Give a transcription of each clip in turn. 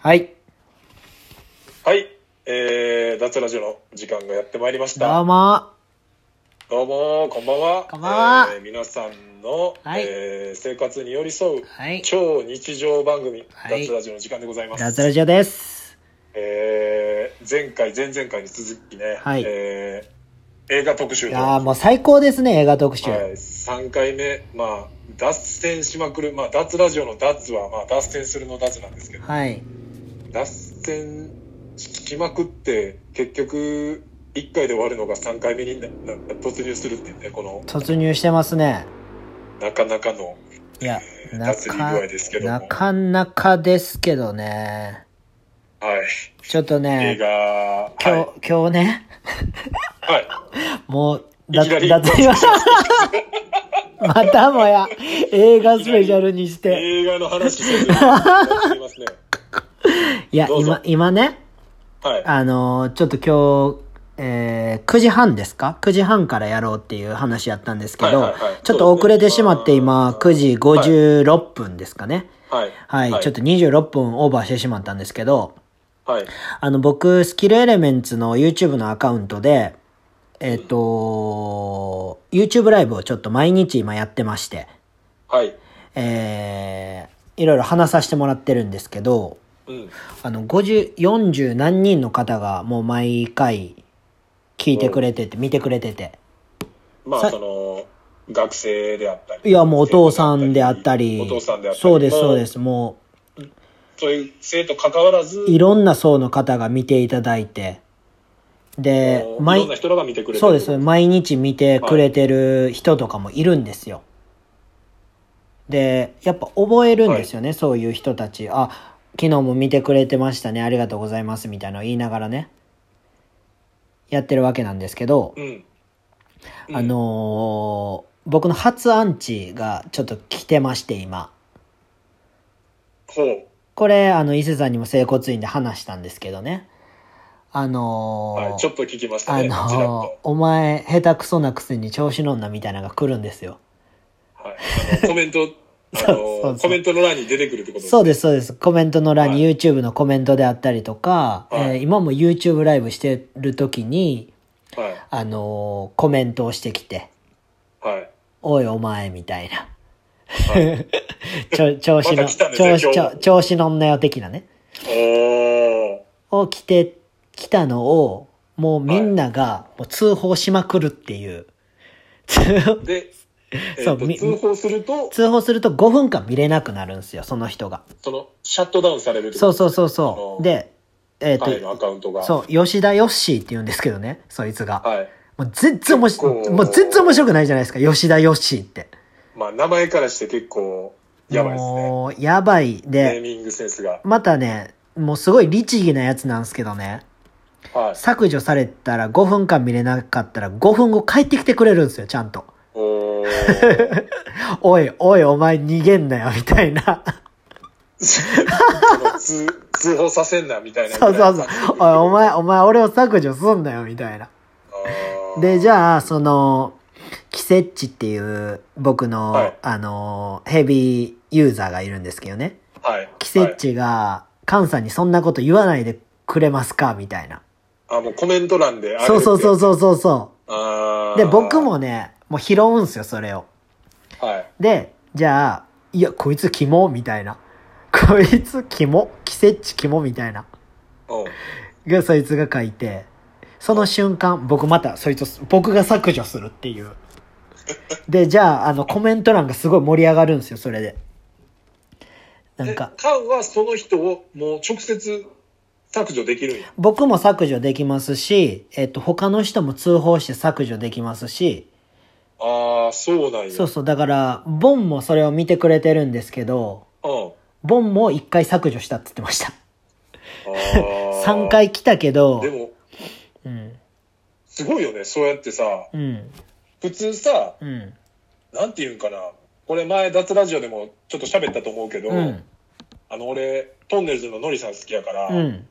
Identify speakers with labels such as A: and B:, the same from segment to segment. A: はい。
B: はい、えー、脱ラジオの時間がやってまいりまし
A: どう
B: た。
A: も。
B: どうも、こんばんは。
A: こんばんは
B: えー皆さんの、
A: はい
B: えー生活に寄り添う
A: はい。
B: 超日常番組、
A: はい
B: 脱ラジオの時間でございます。
A: 脱ラジオです。
B: えー、前回、前々回に続きね、
A: はい
B: えー映画特集
A: い
B: と、
A: やー
B: は
A: もう最高ですね、映画特集。
B: い、3回目、まあ、脱線しまくる、まあ、脱ラジオの脱は、まあ、脱線するの脱なんですけど、
A: はい。
B: 脱線しまくって結局1回で終わるのが3回目になな突入するっていうねこの
A: 突入してますね。
B: なかなかの
A: いや、
B: えー
A: な
B: 脱衣具合ですけ
A: か、
B: ども
A: なかなかですけどね。
B: はい
A: ちょっと
B: 映
A: ね、
B: 画
A: 今日、
B: は
A: 今日ね、
B: い、はい、
A: もう、
B: いきなり
A: 脱衣は、 またもや、映画スペシャルにして。
B: 映画の話せずにやってますね
A: いや、
B: どうぞ
A: 今、今ね、
B: はい
A: あのーちょっと今日、えー、9時半ですか ?9 時半からやろうっていう話やったんですけど、
B: はいはいはい
A: ちょっと遅れてしまって今、
B: そう
A: 9
B: ですね
A: 時56分ですかね。
B: はい
A: はい、ちょっと26分オーバーしてしまったんですけど、
B: はい
A: あの、僕、スキルエレメンツの YouTube のアカウントで、えっ、と、YouTube ライブをちょっと毎日今やってまして、
B: はい
A: えー、いろいろ話させてもらってるんですけど、
B: うん
A: あの、50、40何人の方がもう毎回聞いてくれてて、見てくれてて。
B: ま
A: さ
B: あその学生であったり
A: いや、もうお父さんであったり。
B: お父さんであったり
A: そうです、そうですす。も
B: そういう生徒関わらず
A: う、いろんな層の方が見ていただいて。で
B: も、うい
A: 毎
B: ろんな人らが見てくれてる
A: そうです。毎日見てくれてる人とかもいるんですよ。で、やっぱ覚えるんですよね、そういう人たち。あ、昨日も見てくれてましたね、ありがとうございます、みたいなのを言いながらね、やってるわけなんですけど、
B: うんうん
A: あのー僕の初アンチがちょっと来てまして、今。
B: ほう
A: これ、あの、伊勢さんにも整骨院で話したんですけどね。あのー
B: はい、ちょっと聞きました
A: あ
B: ね。ちらっ
A: のー
B: と
A: お前、下手くそなくせに調子乗んなみたいなのが来るんですよ。
B: はい、あのコメント、あ
A: そうそうそう
B: のコメントの欄に出てくるってこと
A: そう
B: で
A: です、そうです。コメントの欄に
B: は
A: YouTube のコメントであったりとか、
B: はい
A: えー今も YouTube ライブしてる時に、
B: す。はい。
A: あのーコメントをしてきて、
B: はい。
A: おいお前みたいな。
B: はい、
A: ちょ調子の、
B: また来たね
A: 調子、
B: 今日
A: ちょ
B: も
A: 調子乗んなよ的なね。
B: おー。
A: を着てきたのを、もうみんながもう通報しまくるっていう。 通報
B: で、え
A: そう
B: ーと
A: み
B: 通報すると、
A: 通報すると5分間見れなくなるんですよ、その人が。
B: その、シャットダウンされるって
A: そう
B: こと
A: そうそう
B: あ
A: そ
B: の
A: う。で、えっ、
B: 彼の
A: と、
B: アカウントが。
A: そう、吉田ヨッシーって言うんですけどね、そいつが。
B: はい。
A: もう全然面白
B: 結
A: い、
B: 構
A: もう全然面白くないじゃないですか、吉田ヨッシーって。
B: まあ、名前からして結構、やばいですね。
A: もう、やばい。
B: ネー
A: で、
B: ミングセンスが。
A: またね、もうすごい律儀なやつなんですけどね、
B: はい。
A: 削除されたら5分間見れなかったら5分後帰ってきてくれるんですよ、ちゃんと。
B: おー。
A: おい、おい、お前逃げんなよ、みたい な。
B: その通通報させんな、みたいな。
A: そうそうそう。おい、お前、お前、俺を削除すんなよ、みたいな。
B: あー
A: で、じゃあ、その、キセッチっていう、僕の、
B: はい
A: あの、ヘビーユーザーがいるんですけどね。
B: はい。
A: キセッチが、カンさんにそんなこと言わないでくれますかみたいな。
B: はい。あ、もうコメント欄で。。
A: そうそうそううそうそうそ
B: あ
A: う。
B: ー
A: で、僕。もね、もう拾うんすよ、それを。
B: はい。
A: で、じゃあ、いや、こいつキモみたいな。こいつキモキセッチキモみたいな。
B: うん。
A: が、そいつが書いて、その瞬間、僕また、そいつを、僕が削除するっていう。で、じゃあ、あの、コメント欄がすごい盛り上がるんですよ、それで。なんか
B: え、カンはその人をもう直接削除できるんや。
A: 僕も削除できますし、えっと、他の人も通報して削除できますし、
B: ああ、そうなんや。
A: そうそう、だから、ボンもそれを見てくれてるんですけど、
B: うん。
A: ボンも一回削除したって言ってました。
B: あー
A: 3。回来たけど
B: で、も、
A: うん、
B: すごいよね。そうやってさ、
A: うん、
B: 普通さ、
A: うん、
B: なんていうんかな。これ前、脱ラジオでもちょっと喋ったと思うけど、
A: うん、
B: あの、俺、トンネルズのノリさん好きやから、
A: うん。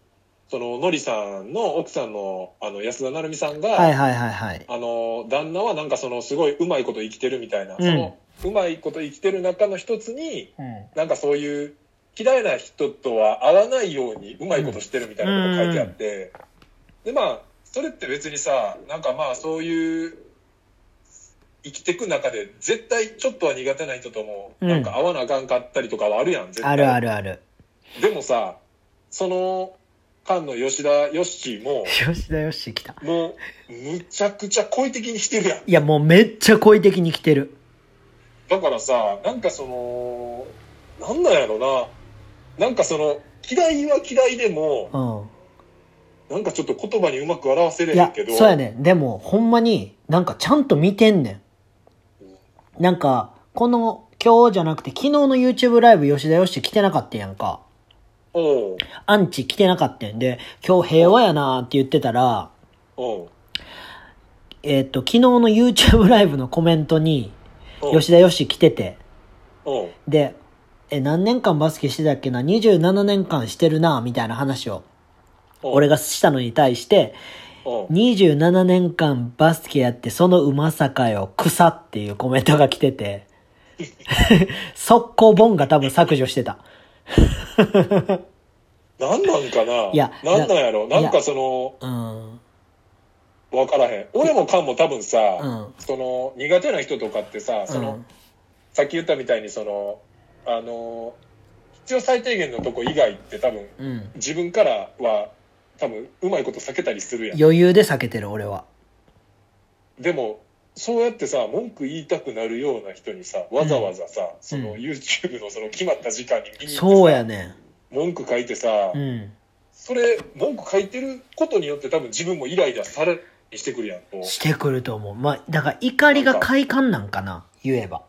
B: そのノリさんの奥さんのあの安田成美さんが、
A: はいはいはいはい。
B: あの、旦那はなんかそのすごいうまいこと生きてるみたいな、
A: うん
B: そのうまいこと生きてる中の一つに、
A: うん
B: なんかそういう嫌いな人とは合わないようにうまいことしてるみたいなことが書いてあって、で、まあ、それって別にさ、なんかまあ、そういう、生きてく中で、絶対ちょっとは苦手な人とも、
A: うん
B: なんか合わなあかんかったりとかはあるやん、絶対。
A: あるあるある。
B: でもさ、その間の吉田よっしーも、
A: 吉田よし来た。
B: もう、むちゃくちゃ好意的にしてるやん。
A: いや、もうめっちゃ好意的に来てる。
B: だからさ、なんかその、なんなんやろな。なんかその、嫌いは嫌いでも、
A: うん。
B: なんかちょっと言葉にうまく表せれ
A: い
B: へん
A: や
B: けど。、
A: そうやね。でも、ほんまに、なんかちゃんと見てんねん。なんか、この、今日じゃなくて、昨日の YouTube ライブ吉田よし来てなかったやんか。
B: おう
A: アンチ来てなかったんで、今日平和やなーって言ってたら、
B: おう
A: えっ、と、昨日の YouTube ライブのコメントに、
B: おう
A: 吉田よし来てて、
B: おう
A: で、え、何年間バスケしてたっけな ?27 年間してるな、みたいな話を、
B: おう
A: 俺がしたのに対して、
B: おう
A: 27年間バスケやって、そのうまさかよ、草っていうコメントが来てて、 速攻ボンが多分削除してた。
B: なんなんかない
A: や
B: なんなんやろ
A: だ
B: なんかその、
A: うん。
B: わからへん。俺もカンも多分さ、
A: うん
B: その、苦手な人とかってさ、その、
A: うん
B: さっき言ったみたいにその、あの、必要最低限のとこ以外って多分、
A: うん。
B: 自分からは、多分、うまいこと避けたりするやん。
A: 余裕で避けてる、俺は。
B: でも、そうやってさ、文句言いたくなるような人にさ、わざわざさ、その
A: うん
B: YouTube のその決まった時間に見に行ってさ
A: そうやね
B: 文句書いてさ、
A: ん。うん。
B: それ、文句書いてることによって多分自分もイライラされにしてくるやんと。
A: してくると思う。まあ、だから怒りが快感なんかな、言えば。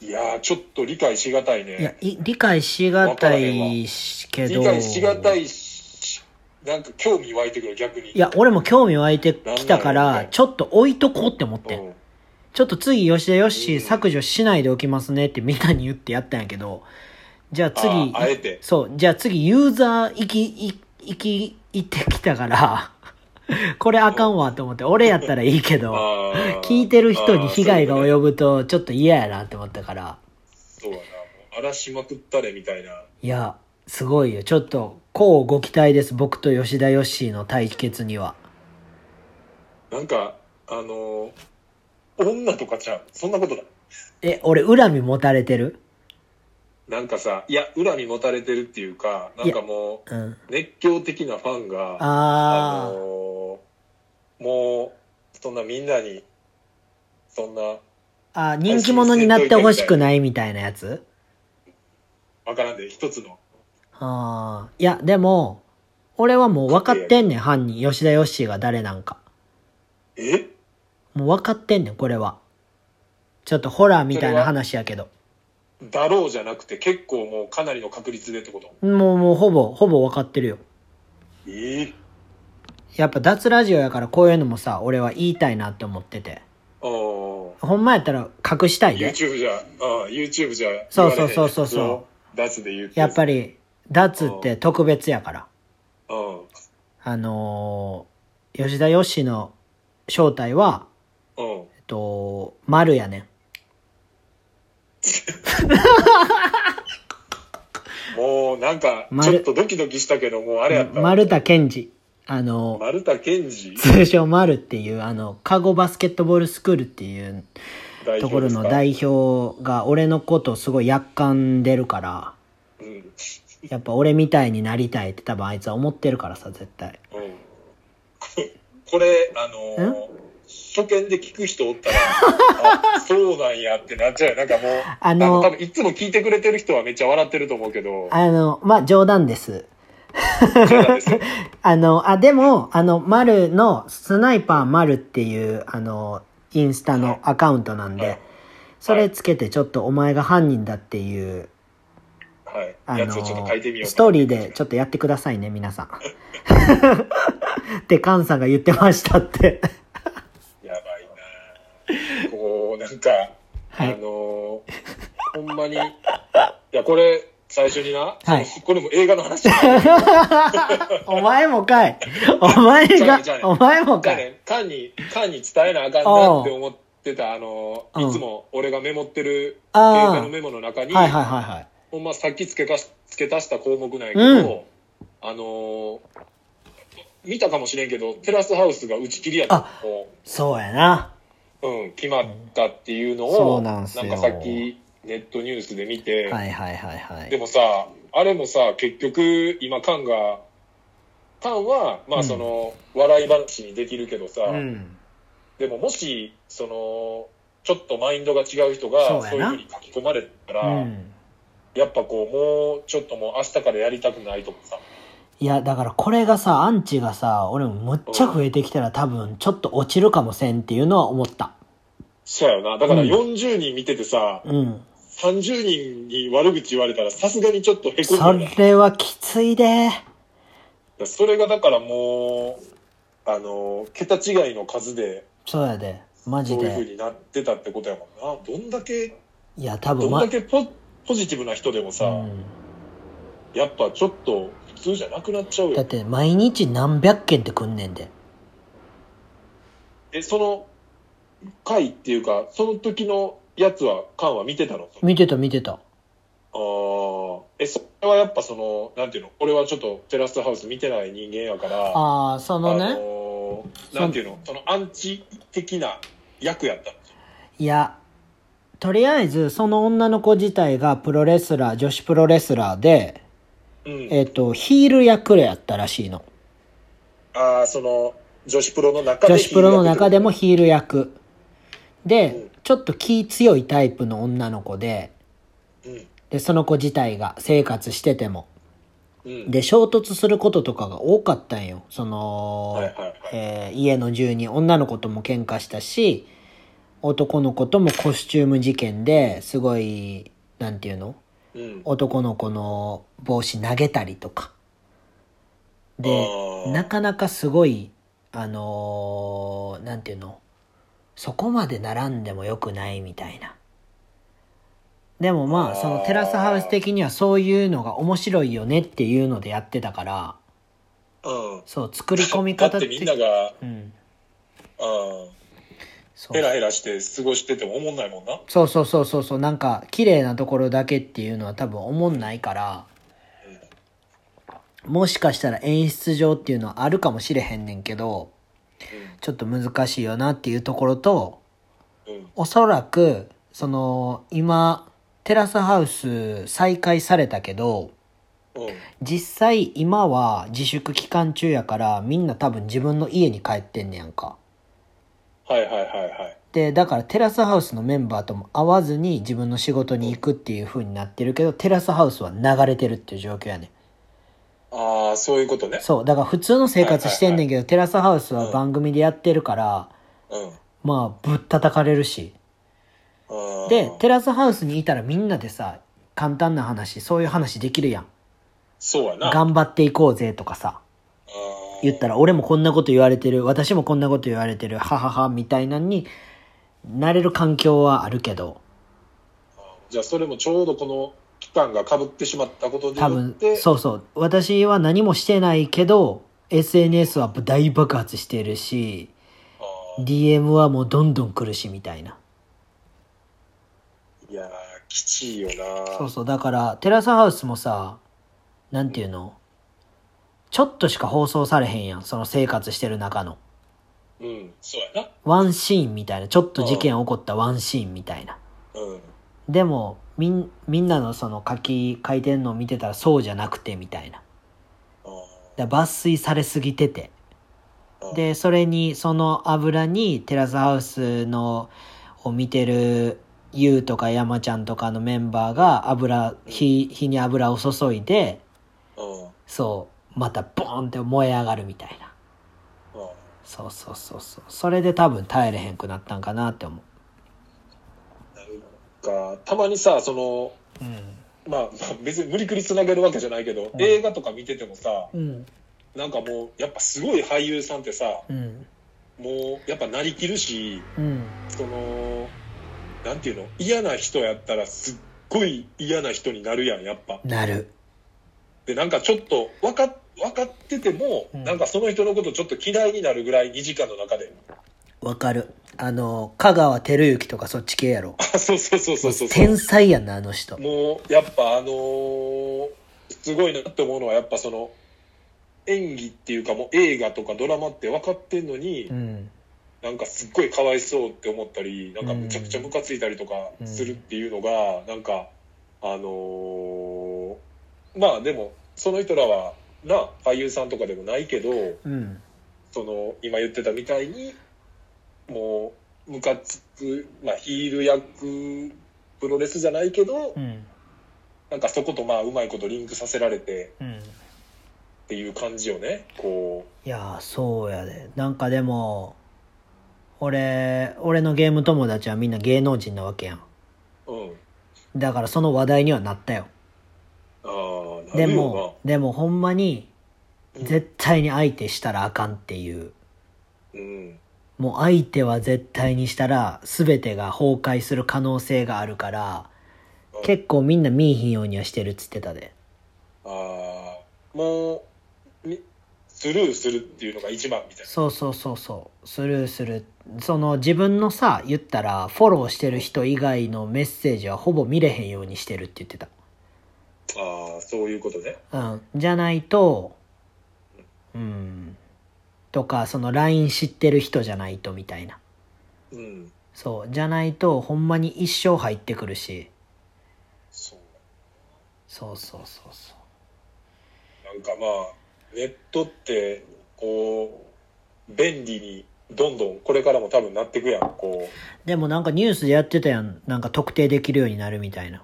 B: いやー、ちょっと理解しがたい
A: いや
B: ね。、
A: い理解しがたいしけど。
B: 理解しがたいし、なんか興味湧いてくる、逆に。
A: いや、俺も興味湧いてきたか
B: なんだろう
A: ら
B: ね、
A: ちょっと置いとこうって思っ
B: う
A: てん。
B: ん、
A: ちょっと次、吉田よっし
B: うん
A: ー削除しないでおきますねってみんなに言ってやったんやけど、じゃあ次、
B: あーあえて
A: そう、じゃあ次、ユーザー行き、い行き、行ってきたから、 これあかんわと思って、俺やったらいいけど、
B: あー
A: 聞いてる人に被害が
B: あー
A: 及ぶと、ちょっと嫌やなって思ったから、
B: そうだねそうやな。もう荒らしまくったれみたいな。
A: いや、すごいよ。ちょっと、こうご期待です。僕と吉田よっしーの対決には。
B: なんか、あのー女とかちゃう。そんなことだ。
A: え、俺、恨み持たれてる
B: なんかさ、いや、恨み持たれてるっていうか、なんかも
A: うん。
B: う、熱狂的なファンが、あ
A: あー。
B: のーもう、そんなみんなに、そんな、
A: あー、人気者になってほしくないみたいなやつ
B: わからんで、一つの。
A: ああ。いや、でも、俺はもう分かってんねん、犯人。吉田よっしーが誰なんか。
B: え
A: もう分かってんねん、これは。ちょっとホラーみたいな話やけど。
B: だろうじゃなくて、結構もうかなりの確率でってこと
A: もう、もうほぼ、ほぼ分かってるよ。
B: ええ
A: やっぱ脱ラジオやからこういうのもさ、俺は言いたいなって思ってて。
B: あー
A: ほんまやったら隠したいで。
B: YouTube じゃ、ああ、YouTube じゃ言われへん、
A: そうそうそうそうそう
B: う。脱で言う
A: やっぱ
B: り。
A: り、脱って特別やから。
B: うん。うん。
A: あのー吉田よしの正体は、えっと、丸やねん。
B: もう、なんか、ちょっとドキドキしたけど、もうあれやったわ。
A: 丸田健二。あのー
B: 丸田健二
A: 通称丸っていう、あの、カゴバスケットボールスクールっていう
B: 代表ですか
A: ところの代表が、俺のことすごい厄介出るから、
B: うん。
A: やっぱ俺みたいになりたいって多分あいつは思ってるからさ、絶対。
B: うんこ れ、あのー初見で聞く人おったら、 あそうなんやってなっちゃうよ。なんかもう、
A: あの
B: 多分いつも聞いてくれてる人はめっちゃ笑ってると思うけど、
A: あの、まあ、冗談です。
B: そうなん ですよ。
A: あの、あ、でも、あの、丸の、スナイパー丸っていう、あの、インスタのアカウントなん
B: はい
A: で、それつけてちょっとお前が犯人だっていう、
B: はい。
A: あ
B: や
A: の
B: つをちょっと書いてみよう、か
A: ストーリーでちょっとやってくださいね、皆さん。って、カンさんが言ってましたって。
B: やばいなこう、なんか、
A: はい
B: あのーほんまに、いや、これ、最初にな、
A: はい
B: そのこれも映画の話じゃ
A: お前もかい。お前
B: じゃあ
A: が
B: ねじゃあね、
A: お前も
B: な
A: か
B: い
A: い。
B: ね、カンに、カンに伝えなあかんなって思っってた、あの、
A: うん
B: いつも俺がメモってる、映
A: あー
B: 画のメモの中に、
A: はいはいはいはい。
B: ほんまさっき付けかし付け足した項目なんやけど、あのー見たかもしれんけど、テラスハウスが打ち切りやった
A: あそうやな。
B: うん、決まったっていうの
A: そう
B: を、
A: なんすよ
B: かさっきネットニュースで見て、
A: はいはいはいは
B: で
A: い。
B: もさ、あれもさ、結局、今、カンが、カンは、
A: う
B: まあ、
A: ん
B: その、笑い話にできるけどさ、
A: うん。
B: でも、もし、その、ちょっとマインドが違う人
A: そうや
B: が、
A: な
B: そういうふうに書き込まれたら、
A: うん。
B: やっぱこう、もう、ちょっともう、明日からやりたくないとかさ、
A: いや、だからこれがさ、アンチがさ、俺もむっちゃ増えてきたら多分ちょっと落ちるかもせんっていうのは思った。
B: そうやよな。だから、
A: うん
B: 40人見ててさ、
A: うん。
B: 30人に悪口言われたら、さすがにちょっとへこむ
A: そ
B: よな
A: れはきついで。
B: それがだからもう、あの、桁違いの数で、
A: そうやで。マジ
B: そういう風
A: で。
B: になってたってことやもんな。どんだけ、
A: いや、多
B: ど
A: 分
B: んだけポポジティブな人でもさ、
A: うん
B: やっぱちょっと普通じゃなくなっちゃう
A: だっ
B: よ。
A: て毎日何百件ってくんねんで。
B: え、その回っていうか、その時のやつは、カンは見てたの
A: 見てた見てた。
B: あーえ、それはやっぱその、なんていうの俺はちょっとテラスハウス見てない人間やから、あ
A: ああ、そのね。
B: のーなんていうのそのアンチ的な役やったの。
A: いや、とりあえずその女の子自体がプロレスラー、女子プロレスラーで、
B: うん。
A: えっ、と、ヒール役やったらしいの。
B: ああ、その、女子プロの中で。
A: 女子プロの中でもヒール役。
B: う
A: で
B: ん、
A: ちょっと気強いタイプの女の子で、
B: うん。
A: で、その子自体が生活してても。
B: うん。
A: で、衝突することとかが多かったんよ。その、
B: はいはいはい
A: えー家の住人、女の子とも喧嘩したし、男の子ともコスチューム事件ですごい、なんていうの
B: うん。
A: 男の子の帽子投げたりとか。で、
B: で
A: なかなかすごい、あのーなんていうのそこまで並んでも良くないみたいな。でもま
B: あ
A: あ、
B: ー
A: そのテラスハウス的にはそういうのが面白いよねっていうのでやってたから、
B: うん。
A: そう、作り込み
B: だ
A: 方
B: っ
A: ってて。
B: みんなが、
A: うん。
B: うん。
A: そう
B: ヘラヘラして過ごしてても思んないもんな。
A: そうそうそうそうそう、なんか、綺麗なところだけっていうのは多分思んないから、もしかしたら演出上っていうのはあるかもしれへんねんけど、ちょっと難しいよなっていうところと、
B: うん。うん。
A: おそらく、その、今、テラスハウス再開されたけど、
B: うん。
A: 実際今は自粛期間中やから、みんな多分自分の家に帰ってんねやんか。
B: はいはいはいはい。
A: で、だからテラスハウスのメンバーとも会わずに自分の仕事に行くっていう風になってるけど、テラスハウスは流れてるっていう状況やねん。
B: ああ、そういうことね。
A: そう、だから普通の生活してんねんけど、テラスハウスは番組でやってるから、
B: うん。
A: まあ、ぶったたかれるし。
B: うん
A: で、テラスハウスにいたらみんなでさ、簡単な話、そういう話できるやん。
B: そうやな。
A: 頑張っていこうぜとかさ、
B: うん
A: 言ったら、俺もこんなこと言われてる、私もこんなこと言われてる、ははは、みたいなんに、なれる環境はあるけど、
B: じゃあ、それもちょうどこの期間が被ってしまったことに
A: 多
B: よっ
A: 分、
B: て、
A: そうそう、私は何もしてないけど、SNS は大爆発してるし、
B: あ
A: DM はもうどんどん来るし、みたいな。
B: ーいやー、きちいよな。
A: そうそう、だから、テラスハウスもさ、なんていうのちょっとしか放送されへんやん、その生活してる中の。
B: うん。そうやな。
A: ワンシーンみたいな、ちょっと事件起こったワンシーンみたいな。
B: うん。
A: でも、みん、みんなのその書き、書いてんのを見てたらそうじゃなくてみたいな。
B: う
A: だから抜粋されすぎてて。
B: ん、
A: で、それに、その油にテラスハウスの、を見てる、ゆうとか山ちゃんとかのメンバーが油、火、火に油を注いで、
B: うん。うん。
A: そう、またボーンって燃え上がるみたいな。
B: うん
A: そうそうそうそう。それで多分耐えれへんくなったんかなって思
B: なんか、たまにさ、その、
A: う。うん。
B: まあ、 まあ別に無理くりつなげるわけじゃないけど、
A: うん
B: 映画とか見ててもさ、
A: うん。
B: なんかもう、やっぱすごい俳優さんってさ、
A: うん。
B: もう、やっぱなりきるし、
A: うん。
B: その、なんていうの、嫌な人やったらすっごい嫌な人になるやん、やっぱ。
A: なる。
B: で、なんかちょっと、わか、分かってても、
A: うん
B: なんかその人のことちょっと嫌いになるぐらい2時間の中で、
A: わかる。あの、香川照之とかそっち系やろ。
B: あそうそうそうそうそうそう
A: 天才やんな、あの人。
B: もうやっぱあのーすごいなって思うのはやっぱその演技っていうかもう映画とかドラマって分かってんのに、
A: うん。
B: なんかすっごいかわいそうって思ったりなんかむちゃくちゃムカついたりとかするっていうのが、なんかあのーまあでもその人らはな俳優さんとかでもないけど
A: うん。
B: その今言ってたみたいにもうムカつく、まあ、ヒール役プロレスじゃないけど、
A: うん。
B: なんかそことまあうまいことリンクさせられて
A: うん。
B: っていう感じをねこ
A: いやーそうやでなんかでも俺俺のゲーム友達はみんな芸能人なわけやん
B: ううん
A: だからその話題にはなったよ
B: あーな
A: で
B: るよな
A: もでもほんまに
B: うん
A: 絶対に相手したらあかんっていう
B: うん
A: もう相手は絶対にしたら全てが崩壊する可能性があるから
B: うん
A: 結構みんな見いひんようにはしてるっつってたで
B: ああもうみスルーするっていうのが一番みたい
A: そうそうそうそうスルーするその自分のさ言ったらフォローしてる人以外のメッセージはほぼ見れへんようにしてるって言ってた
B: なああそういうことね
A: うん、じゃないと、うん、とか、その LINE 知ってる人じゃないとみたいな。
B: うん
A: そう、じゃないと、ほんまに一生入ってくるし、
B: そう
A: そうそうそうそう。
B: なんかまあネットってこう便利にどんどんこれからも多分なっていくやんこう
A: でもなんかニュースでやってたやん。なんか特定できるようになるみたいな。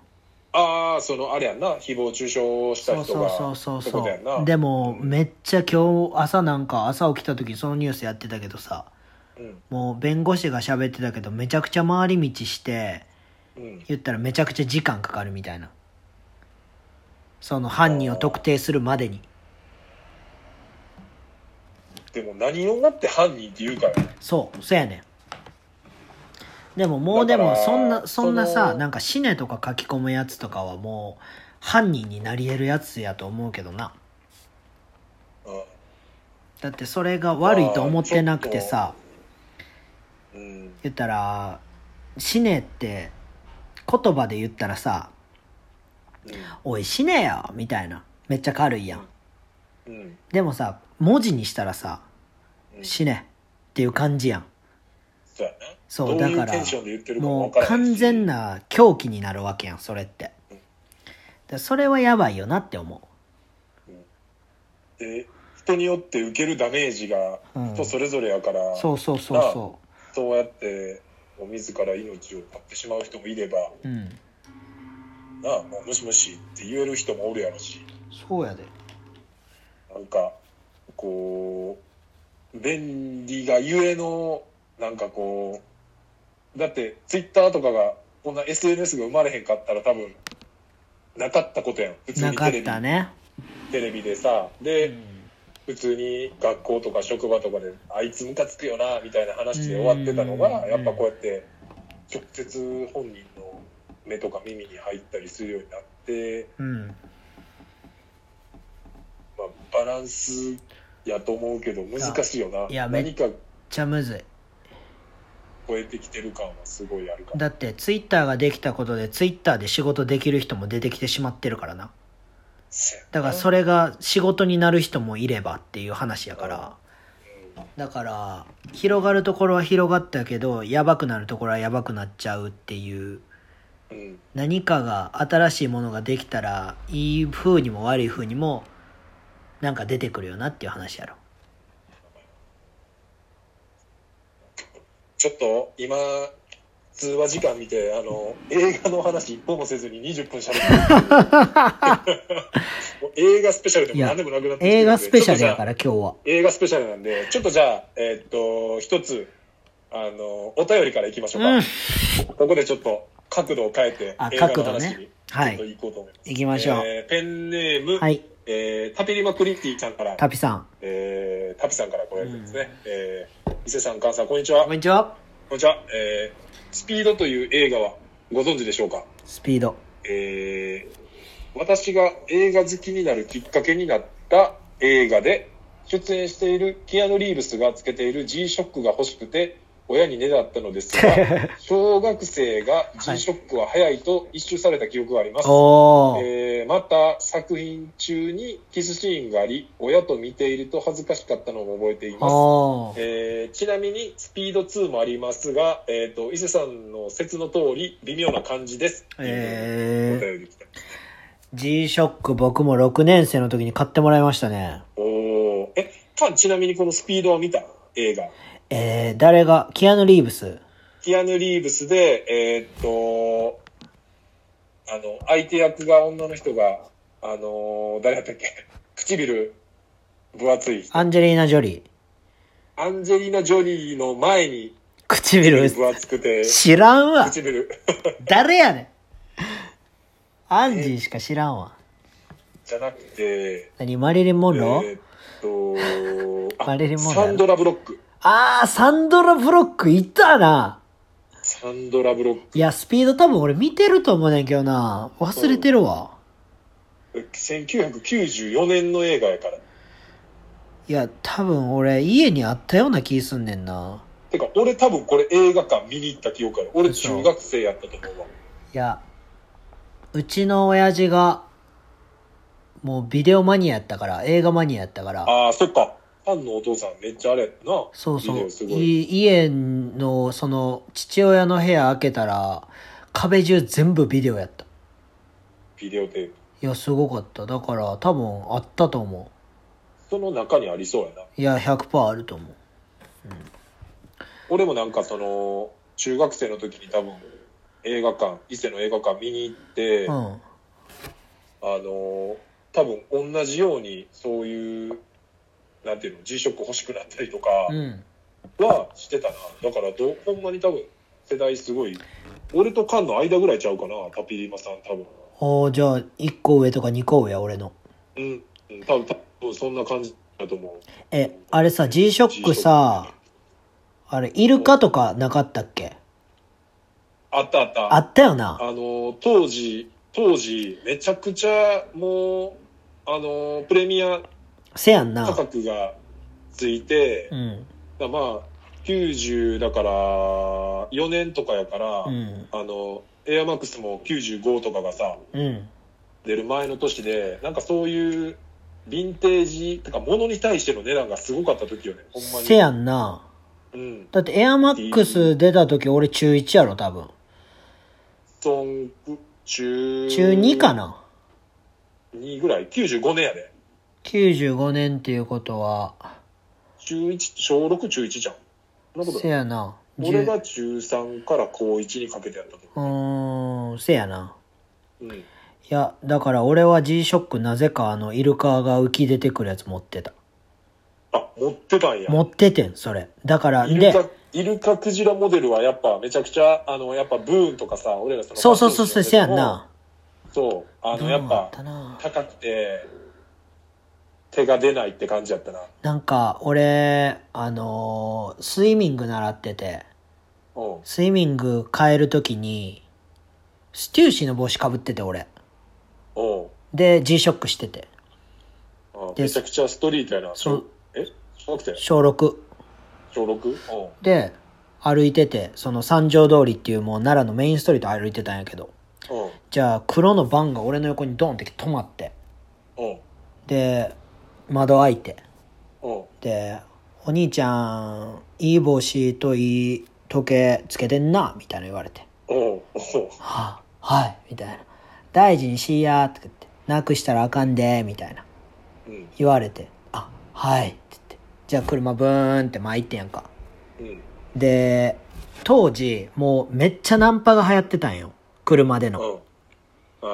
B: ああそのあれやんな誹謗中傷した
A: そう
B: 人
A: そう
B: が
A: そうそう
B: ってことやんな
A: そう。でも、めっちゃ今日朝なんか、朝起きた時そのニュースやってたけどさ、
B: うん
A: もう弁護士が喋ってたけど、めちゃくちゃ回り道して、
B: うん
A: 言ったらめちゃくちゃ時間かかるみたいなその犯人を特定するまでに
B: でも何をもって犯人って言うから
A: そうそやねんでももうで
B: だか
A: も
B: ら
A: そんなそんなさ
B: その
A: なんか死ねとか書き込むやつとかはもう犯人になり得るやつやと思うけどなだってそれが悪いと思ってなくてさ
B: うん
A: 言ったら死ねって言葉で言ったらさ「おい死ねよ」みたいなめっちゃ軽いやん
B: うんうん
A: でもさ文字にしたらさ「
B: うん
A: 死ね」っていう感じやん
B: そうやな
A: そう
B: どうい
A: だか
B: う
A: ら
B: テンションで言ってるかも
A: も
B: わ
A: う
B: からない
A: 完全な狂気になるわけやんそれって
B: うん
A: でそれはやばいよなって思
B: で人によって受けるダメージが
A: うん
B: 人それぞれやから、
A: うそうそうそうそ
B: そうやってもう自ら命を絶ってしまう人もいれば
A: ううん
B: なあもうムシムシって言える人もおるやろし
A: そうやで
B: なんかこう便利がゆえのなんかこうだってツイッターとかがこんな SNS が生まれへんかったら多分なかったことやん普通
A: な
B: に
A: か
B: テ
A: っ
B: レビ
A: たね
B: テレビでさで、
A: うん
B: 普通に学校とか職場とかであいつムカつくよなみたいな話で終わってたの
A: う
B: が
A: ん
B: やっぱこうやって直接本人の目とか耳に入ったりするようになって、
A: うん
B: まあ、バランスやと思うけど難しいよない
A: やめ
B: 何か
A: ちゃむずい
B: 超えてきてる感はすごいあるから
A: だってツイッターができたことでツイッターで仕事できる人も出てきてしまってるからなだからそ
B: れ、
A: れが仕事になる人もいればっていう話やから
B: うん
A: だから広がるところは広がったけどやばくなるところはやばくなっちゃうっていう
B: うん
A: 何かが新しいものができたらいい風にも悪い風にもなんか出てくるよなっていう話やろ
B: ちょっと今通話時間見てあの映画の話一本もせずに20分しゃ べってるもう映画スペシャルでも何でもなくなってきてるんで
A: 映画スペシャルや
B: ちょっとじゃ
A: か
B: あ
A: ら今日は
B: 映画スペシャルなんでちょっとじゃあえーっと一つあのお便りからいきましょうか、
A: うん
B: ここでちょっと角度を変えて
A: あ
B: 映画
A: 角度
B: の話
A: ね
B: にちょ
A: は
B: っと
A: い
B: 行こうと思います、
A: 行きましょう、
B: えーペンネーム、
A: はい
B: えータピリマクリッティさんから
A: タピさん
B: えータピさんからごやりですね、えー伊勢さん菅さんこんにちは
A: こんにちは
B: こんにちは、えースピードという映画はご存知でしょうか、
A: スピード
B: えー私が映画好きになるきっかけになった映画で、出演しているキアヌ・リーブスがつけている G ショックが欲しくて、親にねだったのですが、小学生が G ショックは早いと一周された記憶があります。
A: おー。
B: えーまた作品中にキスシーンがあり、親と見ていると恥ずかしかったのを覚えています。
A: おー。
B: えーちなみに、スピード2もありますが、えっ、と、伊勢さんの説の通り、微妙な感じです。
A: えー
B: お便り来た。
A: G-SHOCK 僕も6年生の時に買ってもらいましたね。
B: おーえ、パン、ちなみにこのスピードは見た映画。
A: えー、誰が、キアヌ・リーブス。
B: キアヌ・リーブスで、えーっと、あの、相手役が女の人が、あのー誰だったっけ 唇、分厚い人。
A: アンジェリーナ・ジョリー。
B: アンジェリーナ・ジョリーの前に、
A: 唇
B: 唇、分厚くて、
A: 知らんわ。
B: 唇、
A: 誰やねん。アンジーしか知らんわ。
B: じゃなくて、
A: 何マリリン・モンロー、
B: えーっと、あ
A: バレリンモンロー
B: サンドラ・ブロック。
A: あー、サンドラ・ブロックいたな。
B: サンドラ・ブロッ
A: いや、スピード多分俺見てると思うねんけどな。忘れてるわ。
B: ク。1994年の映画やから。
A: いや、多分俺家にあったような気すんねんな。
B: てか、俺多分これ映画館見に行った記憶ある。俺
A: 嘘
B: 中学生やったと思うわ。
A: いや、うちの親父が、もうビデオマニアやったから、映画マニアやったから、
B: ああ、そっか。パンのお父さんめっちゃあれやったな。
A: そうそ
B: ビデ
A: う
B: オす、ごい。
A: い家の、その、父親の部屋開けたら、壁中全部ビデオやった。
B: ビデオテープ。
A: いや、すごかった。だから、多分あったと思
B: その中にありそうやな。
A: う。いや、100%あると思う。
B: 俺もなんかその、中学生の時に多分、映画館、伊勢の映画館見に行って、
A: う
B: あ
A: ん。
B: の、多分同じように、そういう、なんていうの、G ショック欲しくなったりとか
A: うん。
B: はしてたな。だからど、ほんまに多分、世代すごい、俺とカンの間ぐらいちゃうかな、パピリマさん多分。
A: おーじゃあ、1個上とか2個上や、俺の。
B: うん、うん多分、多分そんな感じだと思う。
A: え、あれさ、G-SHOCK さ、あれ、イルカとかなかったっけ
B: あったあった。
A: あったよな。
B: あの、当時、当時、めちゃくちゃ、もう、あの、プレミア
A: せやん
B: 価
A: な。
B: 格がついて
A: う、ん。
B: だまあ、90だから、4年とかやから、
A: うん。
B: あの、エアマックスも95とかがさ、
A: うん。
B: 出る前の年で、なんかそういう、ヴィンテージ、とか物に対しての値段がすごかった時よね、ほんまに。
A: せやんな。
B: うん。
A: だってエアマックス出た時俺中1やろ、多分。
B: ソンク、中、
A: 中2かな。
B: ?2 ぐらい ?95 年やで。
A: 95年っていうことは、
B: 中1、小6、中1じゃん。そんなことない
A: せやな。
B: 俺
A: 10
B: が中3から高1にかけてやったと
A: う
B: 思
A: ーん、せやな。
B: う。うん。
A: いや、だから俺は G-SHOCK なぜかあの、イルカが浮き出てくるやつ持ってた。
B: あ、持ってたんや。
A: 持っててん、それ。だから、
B: イル
A: で、
B: カ、イルカクジラモデルはやっぱめちゃくちゃ、あの、やっぱブーンとかさ、俺らその、
A: そうそうそうそう、せやんな。
B: そう。あ
A: ど
B: の、
A: う
B: やっ
A: だ
B: ぱ
A: ったな。
B: 高くて、手が出ないって感じやったな。
A: なんか、俺、あのースイミング習ってて、
B: うん。
A: スイミング変えるときに、ステューシーの帽子かぶってて、俺。
B: うん。
A: で、G-SHOCK してて。
B: あ
A: で
B: めちゃくちゃストリートやな。
A: そう
B: え小学生
A: 小6。
B: 小 6? うん。
A: で、歩いてて、その三条通りっていうもう奈良のメインストリート歩いてたんやけど。
B: うん。
A: じゃあ、黒のバンが俺の横にドンって止まって。
B: うん。
A: で、窓開いて。
B: うん。
A: で、お兄ちゃん、いい帽子といい時計つけてんな、みたいな言われて。
B: うん。
A: はあ、はい、みたいな。大事にしいや、とか言って。なくしたらあかんで、みたいな。
B: うん。
A: 言われて。あ、はい、って言って。じゃあ車ブーンって巻いてんやんか。
B: うん。
A: で、当時、もうめっちゃナンパが流行ってたんよ。車での。
B: うん。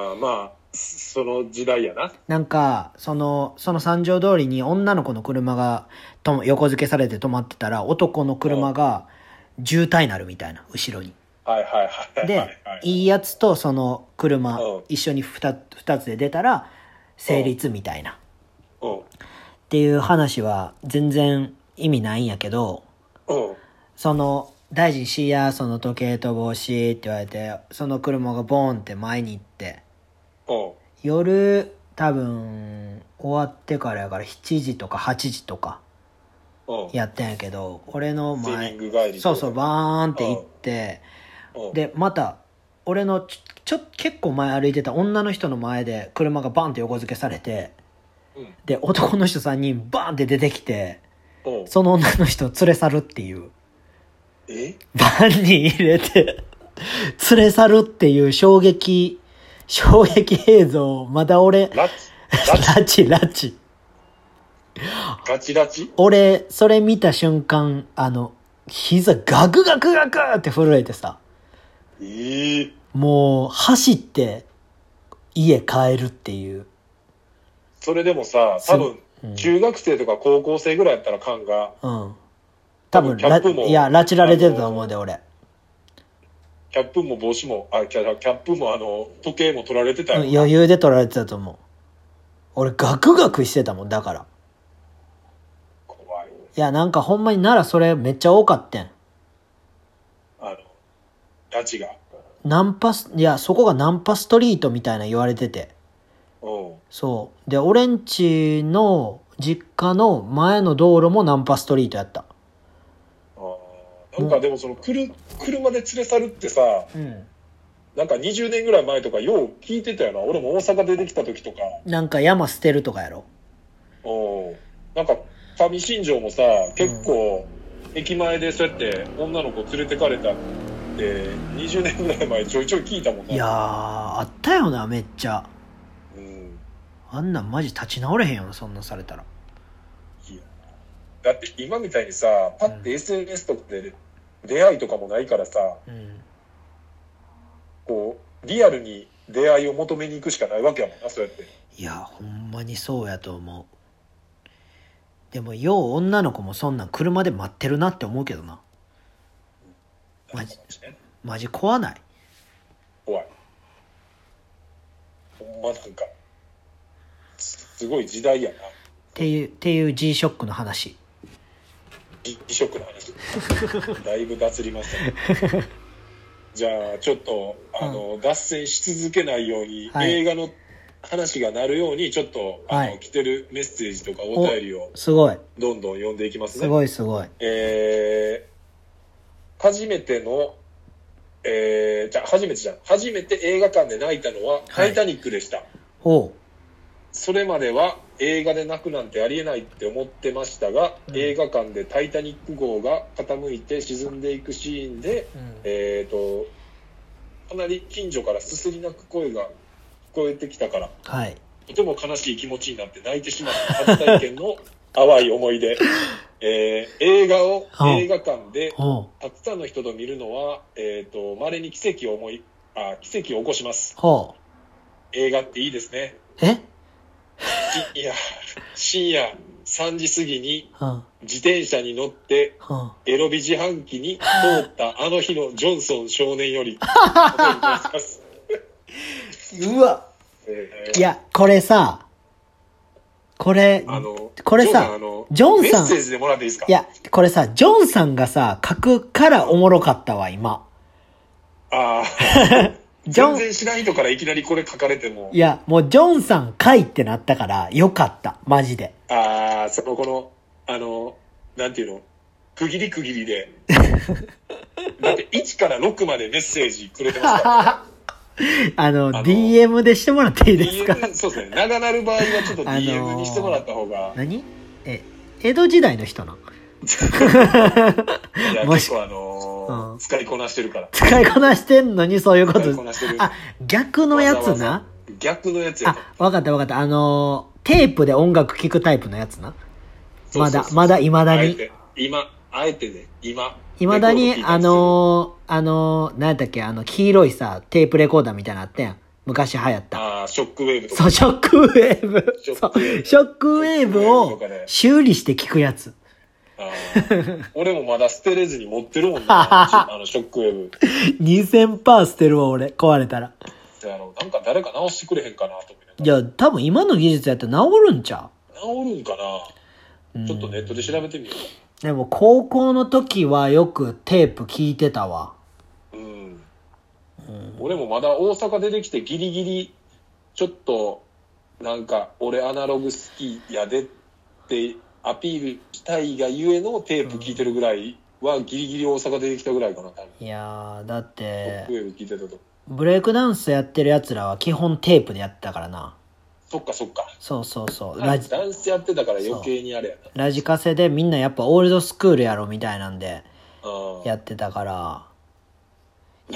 B: ああまあ、その時代やな。
A: なんか、その、その三条通りに女の子の車がとも横付けされて止まってたら、男の車が渋滞なるみたいな、後ろに。
B: はいはいはい。はい
A: で
B: は、い
A: いいやつとその車
B: うん、
A: 一緒に二つ二つで出たら、成立みたいな。
B: うん。
A: っていう話は全然意味ないんやけど、
B: うん。
A: その、大臣しいや、その時計と帽子って言われて、その車がボーンって前に行って、
B: うん。
A: 夜、多分、終わってからやから7時とか8時とか
B: うん。
A: やったんやけど、俺の
B: スイミン
A: 前、
B: グ帰り。
A: そうそう、バーンって行って、
B: うん。
A: で、また、俺のちょ、ちょ、結構前歩いてた女の人の前で車がバーンって横付けされて、
B: うん。
A: で、男の人3人バーンって出てきて、
B: うん。
A: その女の人を連れ去るっていう。
B: え
A: バンに入れて、連れ去るっていう衝撃、衝撃映像を、まだ俺、
B: ラチ ラチ
A: 拉致拉致。
B: ガチラチ
A: 俺、それ見た瞬間、あの、膝ガクガクガクって震えてさ、
B: ええ。
A: もう走って家帰るっていう。
B: それでもさ、多分、中学生とか高校生ぐらいやったら感が、
A: うん。多分、
B: キャ
A: ら
B: ップも
A: いや、拉致られてたと思うで、俺。
B: キャップも帽子も、あ、キャキャップもあの、時計も取られてた
A: うん
B: よ。
A: 余裕で取られてたと思う。俺、ガクガクしてたもん、だから。
B: 怖い。
A: いや、なんかほんまにならそれめっちゃ多かってん。
B: あの、ラチが。
A: ナンパス、いや、そこがナンパストリートみたいな言われてて。
B: うん。
A: そう。で、俺んちの実家の前の道路もナンパストリートやった。
B: あーなんかでもその、くる、車で連れ去るってさ、
A: うん。
B: なんか20年ぐらい前とかよう聞いてたよな。俺も大阪出てきた時とか。
A: なんか山捨てるとかやろ。
B: うん。なんか、上新庄もさ、結構、駅前でそうやって女の子連れてかれたって、20年ぐらい前ちょいちょい聞いたもんな。
A: いやー、あったよな、めっちゃ。
B: うん。
A: あんなんマジ立ち直れへんよな、そんなんされたら。
B: いやだって今みたいにさ、パッて SNS とかで出会いとかもないからさ、
A: うん。
B: こう、リアルに出会いを求めに行くしかないわけやもんな、そうやって。
A: いや、ほんまにそうやと思う。でも、よう女の子もそんなん車で待ってるなって思うけどな。マジマジ怖ない。
B: 怖い。ほんまなんか、すすごい時代やな。
A: っていう、っていう G-SHOCK の話。
B: ぎ異色の 話。だいぶ脱りましたね。じゃあ、ちょっと、あの、脱線し続けないように、
A: はい
B: 映画の話がなるように、ちょっと、あ
A: は
B: の、
A: い
B: 来てるメッセージとかお便りを
A: すごい。
B: どんどん読んでいきますね。
A: すごいすごい。
B: えー、初めての、えー、じゃあ初めてじゃん。初めて映画館で泣いたのは、タイタニックでした。
A: おう。
B: それまでは映画で泣くなんてありえないって思ってましたが、
A: うん
B: 映画館で「タイタニック」号が傾いて沈んでいくシーンで、えー、とかなり近所からすすり泣く声が聞こえてきたから
A: はい。
B: とても悲しい気持ちになって泣いてしまった初体験の淡い思い出、えー映画を
A: うん
B: 映画館で
A: おう。
B: たくさんの人と見るのは、えー、と稀に奇跡を思いあ奇跡を起こします
A: ほう。
B: 映画っていいですね
A: え
B: いや、深夜3時過ぎに
A: うん。
B: 自転車に乗って
A: うん。
B: エロビ自販機に通ったあの日のジョンソン少年より、お便りいただきます
A: うわ
B: えー
A: いや、これさ、これ、
B: あの、
A: これさジ
B: ジ
A: ョ
B: ョ
A: ン
B: ン
A: さ
B: さ
A: ん
B: ん、メッセージでもらっていいですか
A: いや、これさ、ジョンさんがさ、書くからおもろかったわ、今。
B: あー
A: ジョン
B: 全然知らん人からいきなりこれ書かれても
A: い、や、もうジョンさん書いってなったから、よかった、マジ で。
B: ああ、そのこの、あの、なんていうの、区切り区切りで、だって1から6までメッセージくれてますから。
A: あの、
B: の
A: DM でしてもらっていいですか
B: DM、そうですね。長なる場合はちょっと
A: あのー
B: DM にしてもらった方が、
A: 何え、江戸時代の人なの
B: いや、
A: もし
B: 結構あのー
A: うん
B: 使いこなしてるから。
A: 使いこなしてんのにそういうこ
B: 使い
A: と
B: こ。なしてる。
A: あ、逆のやつ
B: わざわ
A: な。
B: ざ逆のやつや
A: あ
B: と。、
A: わかったわかった。あのー、テープで音楽聴くタイプのやつな。
B: そう
A: ま
B: そう
A: だ、
B: そう
A: まだ、未だ
B: あえ
A: に。
B: て、今、あえてね、今。
A: いまだ
B: レコード
A: に、
B: 聞いたりする
A: あ、のー、あのー、何やったっけ、あの、黄色いさ、テープレコーダーみたいなのあったやん。昔流行った。
B: あーショックウェーブと
A: そ
B: か。
A: う、ショックウェーブ。
B: ショッ
A: そ
B: クウェーブ
A: う、ショックウェーブ
B: ショッ
A: を
B: クウェーブとかね
A: 修理して聞くやつ。
B: あー俺もまだ捨てれずに持ってるもんな。 ショあの、ショックウェーブ。
A: 2000%捨てるわ、俺。壊れたら。
B: であの、なんか誰か直してくれへんかなと思いなが
A: いや、多分今の技術やったら治るんちゃ
B: ら。直るんか
A: うう
B: なんちょっとネットで調べてみよ
A: でも、高校の時はよくテープ聞いてたわ。
B: う。うん。俺もまだ大阪出てきてギリギリ、ちょっと、なんか、俺アナログ好きやでって、アピールしたいがゆえのテープ聞いてるぐらいは、ギリギリ大阪出てきたぐらいかな、多分。
A: いやー、だっ
B: トップ
A: て、
B: ウェーブ聞いてたと。
A: ブレイクダンスやってる奴らは基本テープでやってたからな。
B: そっかそっか。
A: そうそうそう。
B: ダ
A: ラジ、
B: ンスやってたから余計にあれやな。
A: ラジカセでみんなやっぱオールドスクールやろみたいなんで
B: あ
A: やってたから。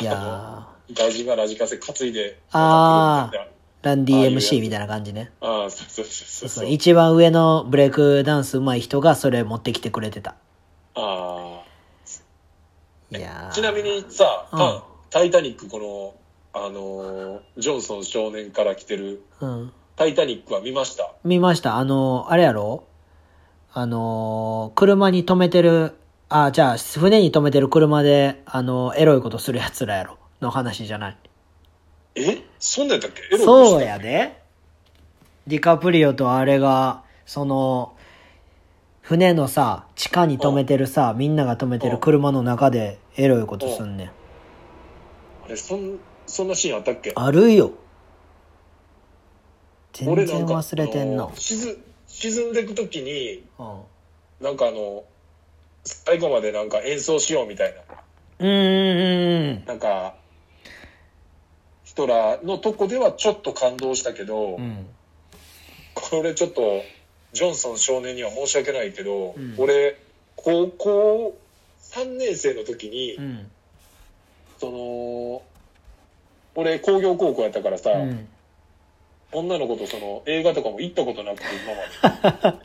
A: いや
B: ー外人がラジカセ担いで。
A: あー
B: あ
A: ー、ラン
B: ああいうや
A: DMC
B: つ
A: みたいな感じね。
B: あー、そうそうそ
A: そ
B: うそうう。
A: 一番上のブレイクダンス上手い人がそれ持ってきてくれてた。
B: あ
A: いや
B: あ。
A: ー
B: ちなみにさ、
A: うん
B: パン、タイタニックこの、あのージョンソン少年から来てる、
A: うん。
B: タイタニックは見ました。
A: 見ました。あの、あれやろあの、車に止めてる、あ、じゃあ、船に止めてる車で、あの、エロいことする奴らやろの話じゃない。
B: えそんなんやったっけエロいことし
A: そ
B: た
A: うやで。ディカプリオとあれが、その、船のさ、地下に止めてるさ、みんなが止めてる車の中でエロいことすんねん。
B: あれ、そん、そんなシーンあったっけ
A: あるよ。全
B: 俺な
A: 然
B: んか
A: 忘れてん
B: あ
A: な
B: の。沈沈んでくときに
A: うん
B: なんかあの最後までなんか演奏しようみたいな
A: うーん。
B: なんかヒトラーのとこではちょっと感動したけど、
A: うん。
B: これちょっとジョンソン少年には申し訳ないけど、
A: うん
B: 俺高校3年生の時に、
A: うん。
B: その俺工業高校やったからさ、
A: うん。
B: 女の子とその映画とかも行ったことなくて今ま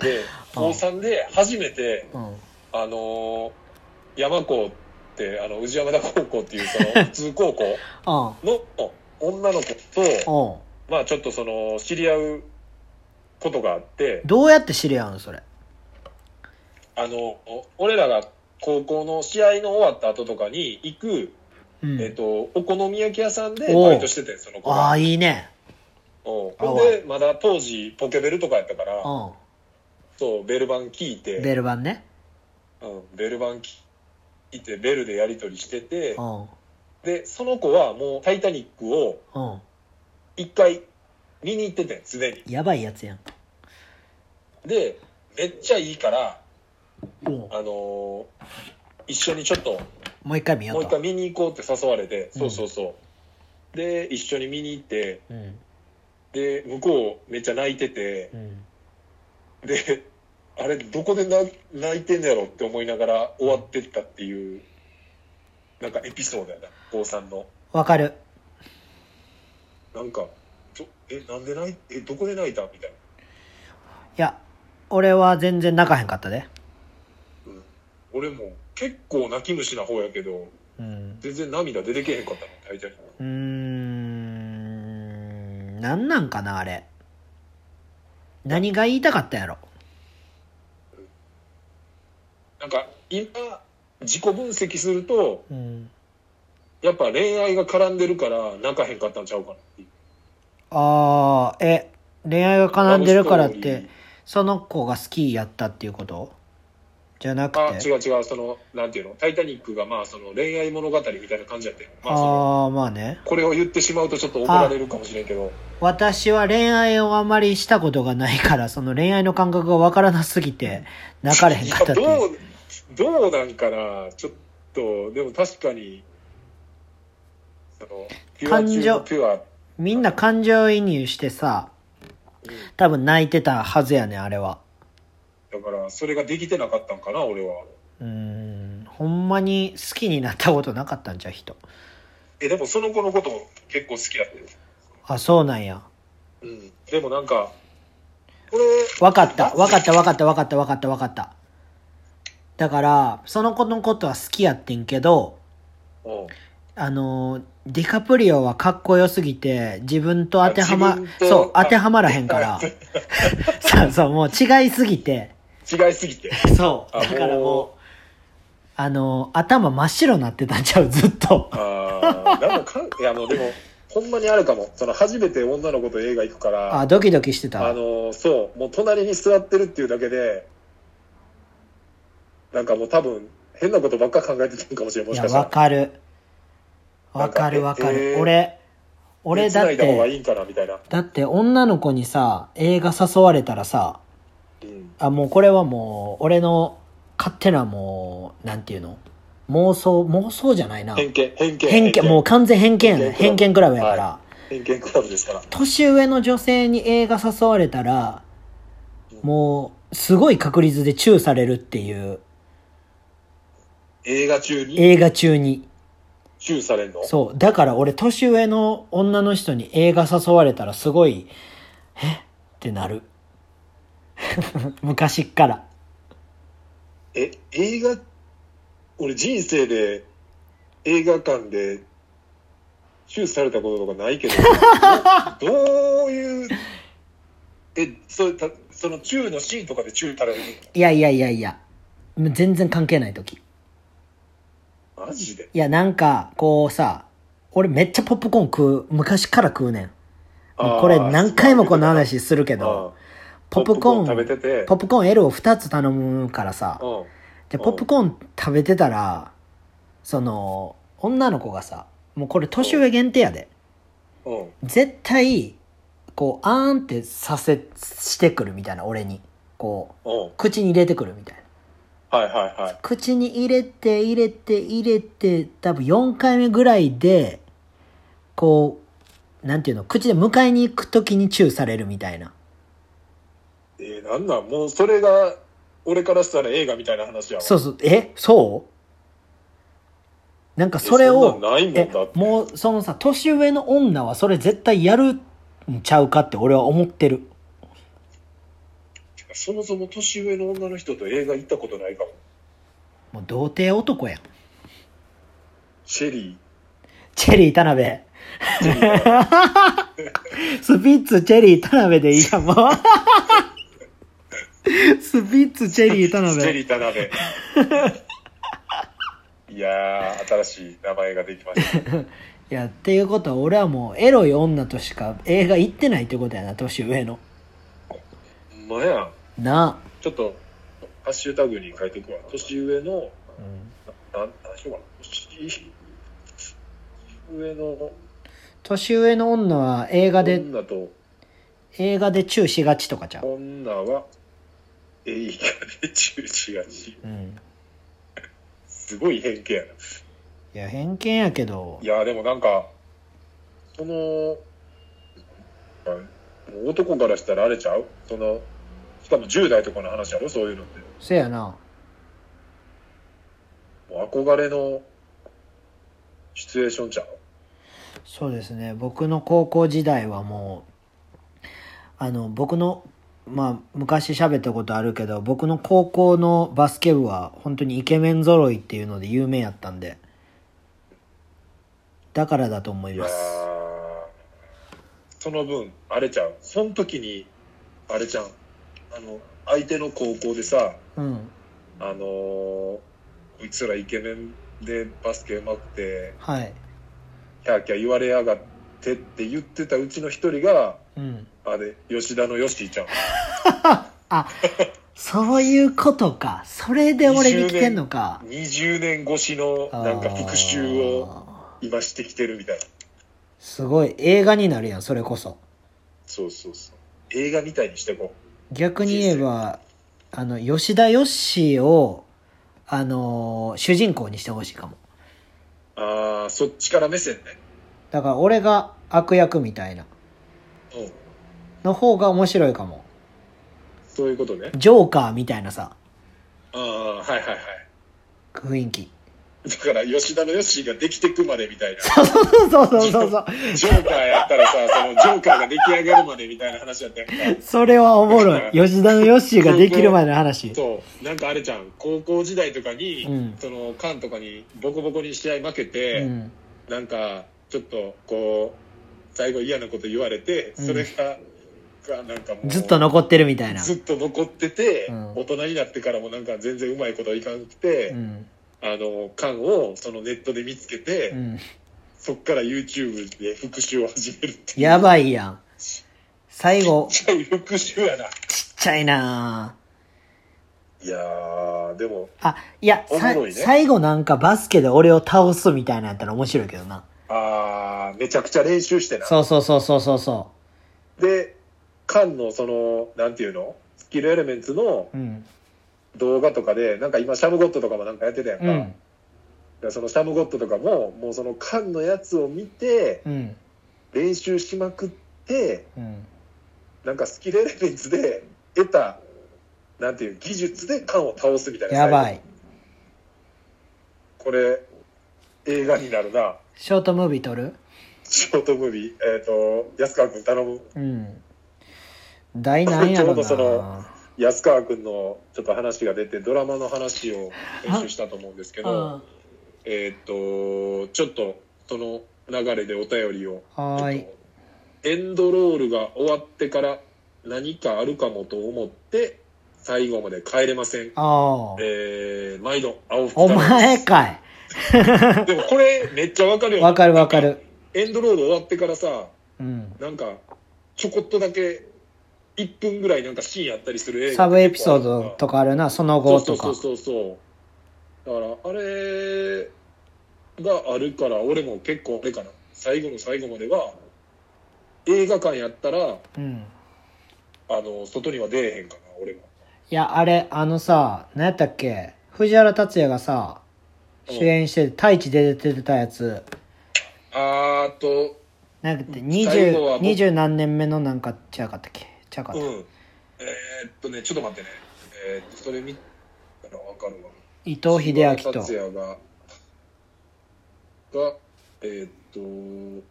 B: で で高3で初めて
A: うん。
B: あのー山高ってあの宇治山田高校っていうそ の普通高校
A: うん。
B: の女の子と
A: おう
B: まあちょっとその知り合うことがあって
A: どうやって知り合うのそれ。
B: あの俺らが高校の試合の終わった後とかに行く、
A: うん。
B: えっとお好み焼き屋さんで
A: おう
B: バイトしててその子
A: あ
B: が。
A: あ、いいね。
B: うんほんでまだ当時ポケベルとかやったから
A: う
B: そうベル版聞いて
A: ん。ベル版ね。
B: うん、ベル版聞いてベルでやり取りしてて
A: うん。
B: でその子はもう「タイタニック」を
A: うん。
B: 一回見に行っててすでに
A: やばいやつやん。
B: でめっちゃいいから
A: おう
B: あのー一緒にちょっと
A: もう一回見よ
B: もう
A: う
B: 一
A: と。
B: 回見に行こうって誘われて、
A: うん
B: そうそうそうで一緒に見に行って
A: うん。
B: で向こうめっちゃ泣いてて
A: うん。
B: であれどこでな泣いてんだろうって思いながら終わってったっていうなんかエピソードやな高3の。
A: わかる。
B: なんか、ちょえ、なんで泣いえ、どこで泣いたみたい
A: いや、俺は全然泣かへんかったで。
B: な。うん。俺も結構泣き虫な方やけど、
A: うん。
B: 全然涙出てけへんかったの、大体。
A: うーん。なんなんかな、あれ。何が言いたかったんやろ。
B: なんか、今、自己分析すると、
A: うん。
B: やっぱ恋愛が絡んでるから泣かへんかったんちゃうかなっていう。
A: ああ、え、恋愛が絡んでるからっ
B: ラブストーリ
A: て
B: ー、
A: その子が好きやったっていうことじゃなく
B: あ、
A: て。
B: 違う違う、その、なんていうの、タイタニックがまあ、その恋愛物語みたいな感じやったよ。まあ、その、
A: ああ、まあね。
B: これを言ってしまうとちょっと怒られるかもしれんけど、
A: 私は恋愛をあまりしたことがないから、その恋愛の感覚がわからなすぎて、泣かれへん
B: い
A: かっ
B: や、
A: たっていう
B: どう、どうなんかな、ちょっと、でも確かに、その、ピュア中のピュア。
A: みんな感情移入してさ、多分泣いてたはずやねん、あれは。
B: だから、それができてなかったんかな、俺は。
A: うーん、ほんまに好きになったことなかったんじゃう、人。
B: え、でもその子のこと結構好きやってる。
A: あ、そうなんや。
B: うん。でもなんか、これ、
A: わかった、わかった、わかった、わかった、わかった、わかった。だから、その子のことは好きやってんけど、
B: うん。
A: あのディカプリオはかっこよすぎて自分と当てはま
B: 自分と
A: そう当てはまらへんから そうそうもう違いすぎて
B: 違いすぎて。
A: そう
B: あ
A: だから
B: も
A: もうあの頭真っ白になってたんちゃう ずっと
B: ああ、なんかかん、いや、もうでも、ほんまにあるかも。その、初めて女の子と映画行くから、
A: あドキドキして
B: あ
A: た
B: のそうもう隣に座ってるっていうだけでなんかもう多分変なことばっか考えてたんかもしれんも
A: い
B: し
A: や
B: かした
A: わ
B: ら
A: かるわかる
B: な
A: わ
B: んか
A: か
B: え
A: る
B: ー
A: 俺俺だっ
B: 手繋いだ方がい
A: て
B: いんかなみたいな、
A: だって女の子にさ映画誘われたらさ
B: うん、
A: あ、もうこれはもう、俺の勝手なもう、なんていうの妄想、妄想じゃないな。
B: 偏見、偏見。
A: 偏見、もう完全偏見やね。偏
B: 偏
A: 見ク
B: 見ク
A: ラ
B: ラ
A: ブ
B: ブ
A: やから。
B: は偏見クラブですから。
A: 年上の女性に映画誘われたら、もう、すごい確率でチューされるっていう、
B: 映画中に
A: 映画中に。
B: チューされるの
A: そう。だから俺、年上の女の人に映画誘われたらすごい、えってなる。 昔っから。
B: え、映画、俺人生で映画館でチューされたこととかないけど、どどういう、え、それたそのチューのシーンとかでチューされる
A: いやいやいやいや。もう全然関係ない時。
B: のマジで
A: いや、なんか、こうさ、俺めっちゃポップコーン食う、昔から食うねん。もうこれ何回もこの話するけど、ポップコーン、
B: 食べてて、
A: ポップコーン L を2つ頼むからさ、
B: うん
A: で、
B: うん
A: ポップコーン食べてたら、その、女の子がさ、もうこれ年上限定やで。
B: うん
A: 絶対、こう、あーんってさせ、してくるみたいな、俺に。こ
B: うん
A: う、口に入れてくるみたいな。
B: はいはいはい。
A: 口に入れて入れて入れて多分4回目ぐらいでこうなんていうの口で迎えに行く時にチューされるみたいな
B: えー、なんなんもうそれが、俺からしたら映画みたいな話やわ。
A: そうそうえそうなんかそれ
B: え
A: を
B: んなんないもんだ
A: え
B: って。
A: もうそのさ年上の女はそれ絶対やるんちゃうかって俺は思ってる
B: そもそも年上の女の人と映画行ったことないか
A: も
B: も。
A: う童貞男やん
B: シェリ
A: チェリー田辺
B: ー。 シェリーが
A: スピッツ、チェリー、田辺でいいやん、 もう。スピッツ、チェリー、田
B: シェ
A: 辺。
B: リー田 辺。いやー、新しい名前ができました。
A: いや、っていうことは、俺はもう、エロい女としか映画行ってないってことやな、年上の。
B: ほんまやん。
A: な
B: ちょっと、ハッシュタグに書いていくわ。年上の、
A: あ、
B: ななんしようかな。年上の
A: 年上の女は映画で、
B: 女と
A: 映画でチューしがちとかちゃう。
B: 女は映画で中止がち。
A: うん。
B: すごい偏見やな。
A: いや、偏見やけど
B: い、やでもなんかそのあ男からしたらあれちゃうそのしかも10代とかの話やろそういうのって
A: せやな。
B: もう憧れのシチュエーションちゃう
A: そうですね僕の高校時代はもうあの僕のまあ昔喋ったことあるけど僕の高校のバスケ部は本当にイケメン揃いっていうので有名やったんでだからだと思い
B: いや
A: ま
B: ー
A: す
B: その分あれちゃうその時にあれちゃんあの相手の高校でさ
A: うん
B: あのーこいつらイケメンでバスケうまくて
A: はいう
B: キャーキャー言われやがってって言ってたうちの一人が
A: ん
B: あれ吉田のヨッシーちゃん
A: あ そういうことかそれで俺に来てんのか
B: 20年越しのなんか復讐を
A: あー
B: 今してきてるみたいな
A: すごい映画になるやんそれこそ
B: そうそうそう映画みたいにしてこ
A: 逆に言えばあの吉田よっしーをあのー主人公にしてほしいかも
B: うああそっちから目線ね
A: だから俺が悪役みたいな
B: うん
A: の方が面白いかも
B: そういうことね
A: ジョーカーみたいなさ
B: ああはいはいはい
A: 雰囲気
B: だから吉田のヨッシーができてくまでみたいな
A: そうそうそうそうそう
B: ジョーカーやった らさそのジョーカーが出来上がるまでみたいな話やったやんか
A: それはおもろい吉田のよっしーができる前の話
B: そうなんかあれちゃん高校時代とかに、
A: うん
B: そのカンとかにボコボコに試合負け
A: う
B: て、
A: ん
B: なんかちょっとこう最後嫌なこと言われて
A: うん
B: それが,、がなんかもう
A: ずっと残ってるみたいな
B: ずっと残ってて、
A: うん
B: 大人になってからもなんか全然うまいこといかんくて、
A: うん
B: あの缶をそのネットで見つけて、
A: うん
B: そっから YouTube で復讐を始めるっていう
A: やばいやん最後
B: ちっちゃい復讐やな
A: ちっちゃいない
B: やーでも
A: あいやさ
B: おもろいね
A: 最後なんかバスケで俺を倒すみたいなやったら面白いけどな
B: あーめちゃくちゃ練習してな
A: そうそうそうそうそうそ
B: で缶のそのなんていうのキルエレメンツの
A: うん。
B: 動画とかで、なんか今、シャムゴッドとかもなんかやってたやんか。
A: う
B: だ
A: ん
B: か。らそのシャムゴッドとかも、もうその缶のやつを見て、
A: うん。
B: 練習しまくって、
A: うん。
B: なんかスキルエレメンツで得た、なんていう、技術で缶を倒すみたいな。
A: やばい。
B: これ、映画になるな。
A: ショートムービー撮る
B: ショートムービー、えっ、と、安川君頼む。
A: うん。大なんやろ
B: ちょうどそ
A: な
B: の。安川君のちょっと話が出て、ドラマの話を編集したと思うんですけど、えっ、と、ちょっと、その流れでお便りを。
A: はーい。
B: エンドロールが終わってから何かあるかもと思って、最後まで帰れません。
A: ああ。
B: えー、毎度、青吹
A: お前か
B: でもこれめっちゃわかる
A: い。
B: よ。
A: わかるわかる。
B: エンドロール終わってからさ、
A: うん。
B: なんか、ちょこっとだけ、1分ぐらいなんかシーンあったりする映画
A: サブエピソードとかあるな、その後とか
B: そう。そうそうそう。だから、あれがあるから、俺も結構、あれかな。最後の最後までは、映画館やったら、
A: うん。
B: あの、外には出えへんかな、俺は。
A: いや、あれ、あのさ、何やったっけ藤原達也がさ、
B: うん
A: 主演してて、太一で出てたやつ。
B: あーっと、
A: なんかって、
B: 最後は
A: 20
B: 僕
A: 二十何年目のなんか、ちゃうかったっけちゃうかっ
B: う
A: た。
B: ん。えーっとね、ちょっと待ってね。えーっと、それ見たらわかるわ。
A: 伊藤英明と。
B: 達也が、が、えーっと、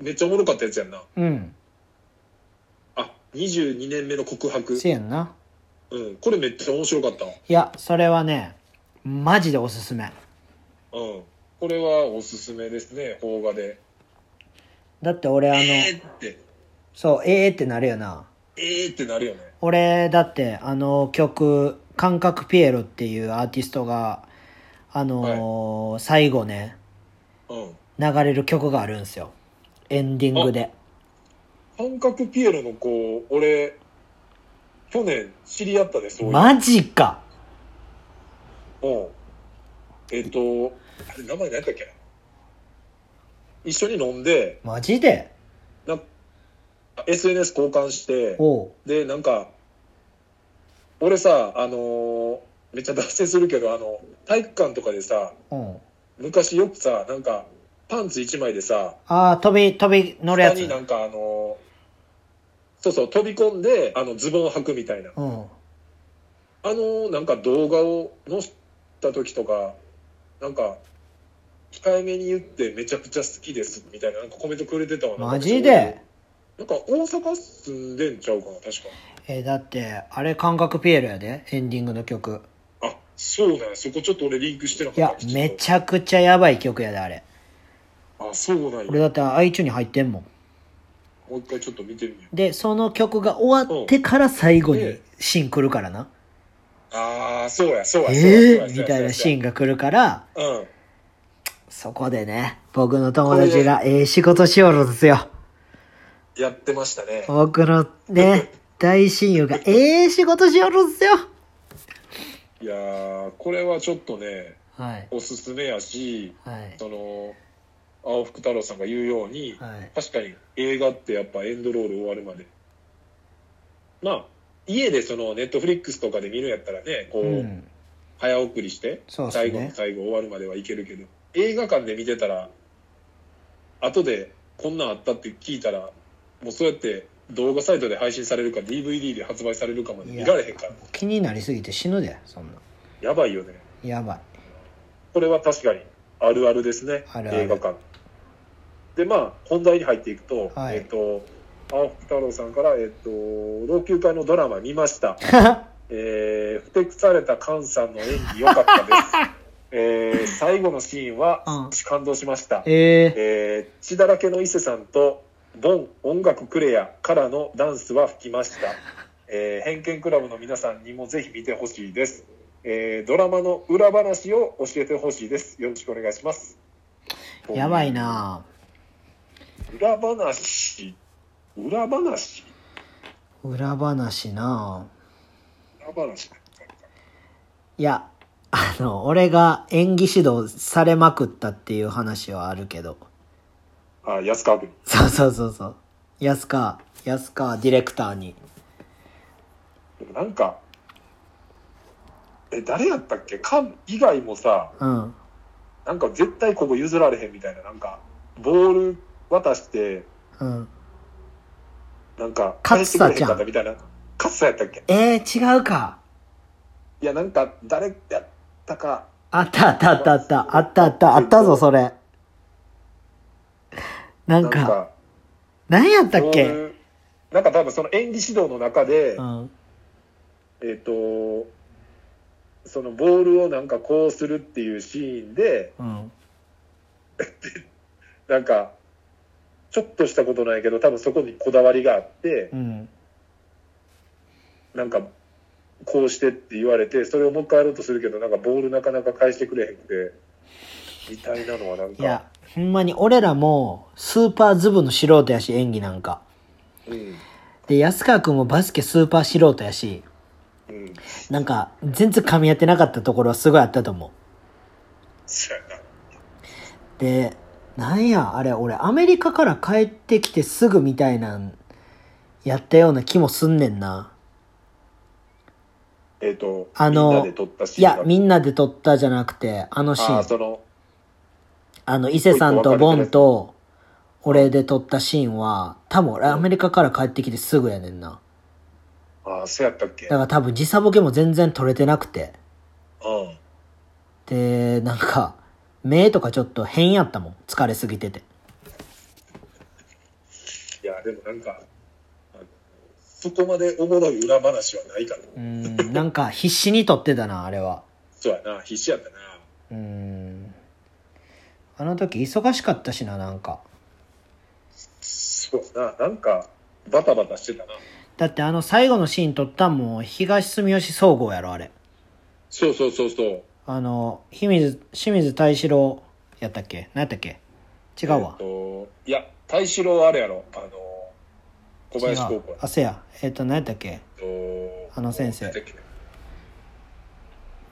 B: めっちゃおもろかったやつやんな。
A: うん。
B: あ、22年目の告白。
A: せやんな。
B: うん、これめっちゃ面白かったわ。
A: いや、それはね、マジでおすすめ。
B: うん。これはおすすめですね、邦画で。
A: だって俺あの、
B: えーって、
A: そう、ええってなるよな。
B: えーってなるよね。
A: 俺、だってあの曲、感覚ピエロっていうアーティストが、あのー最後ね、
B: うん。
A: 流れる曲があるんですよ。エンディングで。
B: 感覚ピエロの子、俺、去年知り合ったで、そういう。
A: マジか
B: うん。えっ、と、あれ、名前何やったっけな一緒に飲んで、
A: マジで
B: なんか SNS 交換して、
A: おう。
B: で、なんか、俺さ、あのーめっちゃ脱線するけど、あの、体育館とかでさ、
A: うん。
B: 昔よくさ、なんか、パンツ一枚でさ、
A: ああ、飛び、飛び乗るや
B: 下
A: つ。
B: になん
A: う
B: かあのーそうそう、飛び込んで、あの、ズボンを履くみたいな。あ
A: ん。
B: のーなんか動画を載せた時とか、なんか、控えめに言ってめちゃくちゃ好きですみたいな、なんかコメントくれてたわ。
A: マジで
B: なんか大阪住んでんちゃうかな、確か。
A: えーだって、あれ感覚ピエロやで、エンディングの曲。
B: あ、そうなんやそこちょっと俺リンクしてなかっ
A: い
B: た
A: や、めちゃくちゃやばい曲やで、あれ。
B: あ、そうなん
A: 俺だ
B: や
A: って iTunes に入ってんもん。
B: もう一回ちょっと見てみよう。
A: で、その曲が終わってから最後
B: う
A: に
B: ん
A: シーン来るからな。
B: ああ、そうや、そうや、そう
A: え
B: や。そう
A: え
B: や
A: みたいなシーン。が来るから、
B: そうやうん。
A: そこでね、僕の友達がええ仕事しよるんですよ。
B: やってましたね。
A: 僕のね、大親友がええ仕事しよるんですよ。
B: いやー、これはちょっとね、
A: はい。
B: おすすめやし、
A: はい。
B: その、青福太郎さんが言うように、
A: はい。
B: 確かに映画ってやっぱエンドロール終わるまで。まあ、家でその、ネットフリックスとかで見るんやったらね、こう、
A: うん。
B: 早送りして、
A: そうっすね
B: 最後の最後終わるまではいけるけど映画館で見てたら後でこんなんあったって聞いたらもうそうやって動画サイトで配信されるか DVD で発売されるかまで見られへんからや
A: 気になりすぎて死ぬで、そんな。
B: ばいよね
A: やばい。
B: これは確かにあるあるですね
A: あるある
B: 映画館でまあ本題に入っていくと、
A: はい
B: えっ、と青福太郎さんから、えっと老朽化のドラマ見ましたえー、ふてくされた菅さんの演技良かったです。 えー、最後のシーンは
A: うん
B: 感動しました。
A: ええ
B: えー、血だらけの伊勢さんと、ボン音楽クレアからのダンスは吹きま した。えー、偏見クラブの皆さんにもぜひ見てほしいです。えー、ドラマの裏話を教えてほしいです。よろしくお願いします。
A: やばい。な
B: 裏話裏話
A: 裏話な
B: 裏話
A: いや、あの、俺が演技指導されまくったっていう話はあるけど。
B: あ、安川君。
A: そうそうそうそう。安か、安川ディレクターに。
B: でもなんか、え、誰やったっけカン以外もさ、
A: うん。
B: なんか絶対ここ譲られへんみたいな、なんか、ボール渡して、
A: うん。
B: なんか、
A: 勝田
B: 返してくれへんかったみたいな。勝田やったっけ
A: えー、違うか。
B: いや、なんか、誰やったか、
A: あったあったあったあった。あったあった。あったぞ、それ。な
B: なんん
A: か、
B: か、
A: 何やったっ
B: ボー
A: け
B: ルなんか多分その演技指導の中で、
A: うん。
B: えっ、と、そのボールをなんかこうするっていうシーンで、
A: うん。
B: なんか、ちょっとしたことないけど、多分そこにこだわりがあって
A: う、ん。
B: なんか、こうしてって言われて、それをもう一回やろうとするけど、なんかボールなかなか返してくれへんくて、みたいなのはなん
A: い
B: か、
A: や、ほんまに俺らも、スーパーズブの素人やし、演技なんか。
B: うん、
A: で、安川くんもバスケスーパー素人やし、
B: うん、
A: なんか、全然噛み合ってなかったところはすごいあったと思
B: そうやな。
A: う。で、なんや、あれ、俺、アメリカから帰ってきてすぐみたいなん、やったような気もすんねんな。
B: えっ、と、
A: あの
B: みんなで撮ったシー
A: い
B: ンが
A: や、みんなで撮ったじゃなくて、あのシ
B: ああ、
A: ーン。
B: その、
A: あの、伊勢さんとボンと、俺で撮ったシーンは、多分俺アメリカから帰ってきてすぐやねんな。
B: ああ、そうやったっけ
A: だから多分時差ボケも全然撮れてなくて。
B: うん。
A: で、なんか、目とかちょっと変やったもん。疲れすぎてて。
B: いや、でもなんか、あのそこまでおもろい裏話はないから。
A: うん、なんか必死に撮ってたな、あれは。
B: そうやな、必死やったな。
A: うん。あの時忙しかったしな、なんか。
B: そうやな、なんか、バタバタしてたな。
A: だってあの最後のシーン撮ったんも東住吉総合やろ、あれ。
B: そうそうそうそう。
A: あの、清水、清水大志郎やったっけ何やったっけ違うわ
B: えっ。と、いや、大志郎あれやろ、あの、
A: 違
B: 小
A: う
B: 林高校や
A: あ、せや。えっ、と、何やったっけ
B: えっと
A: あの先生
B: なんだっけ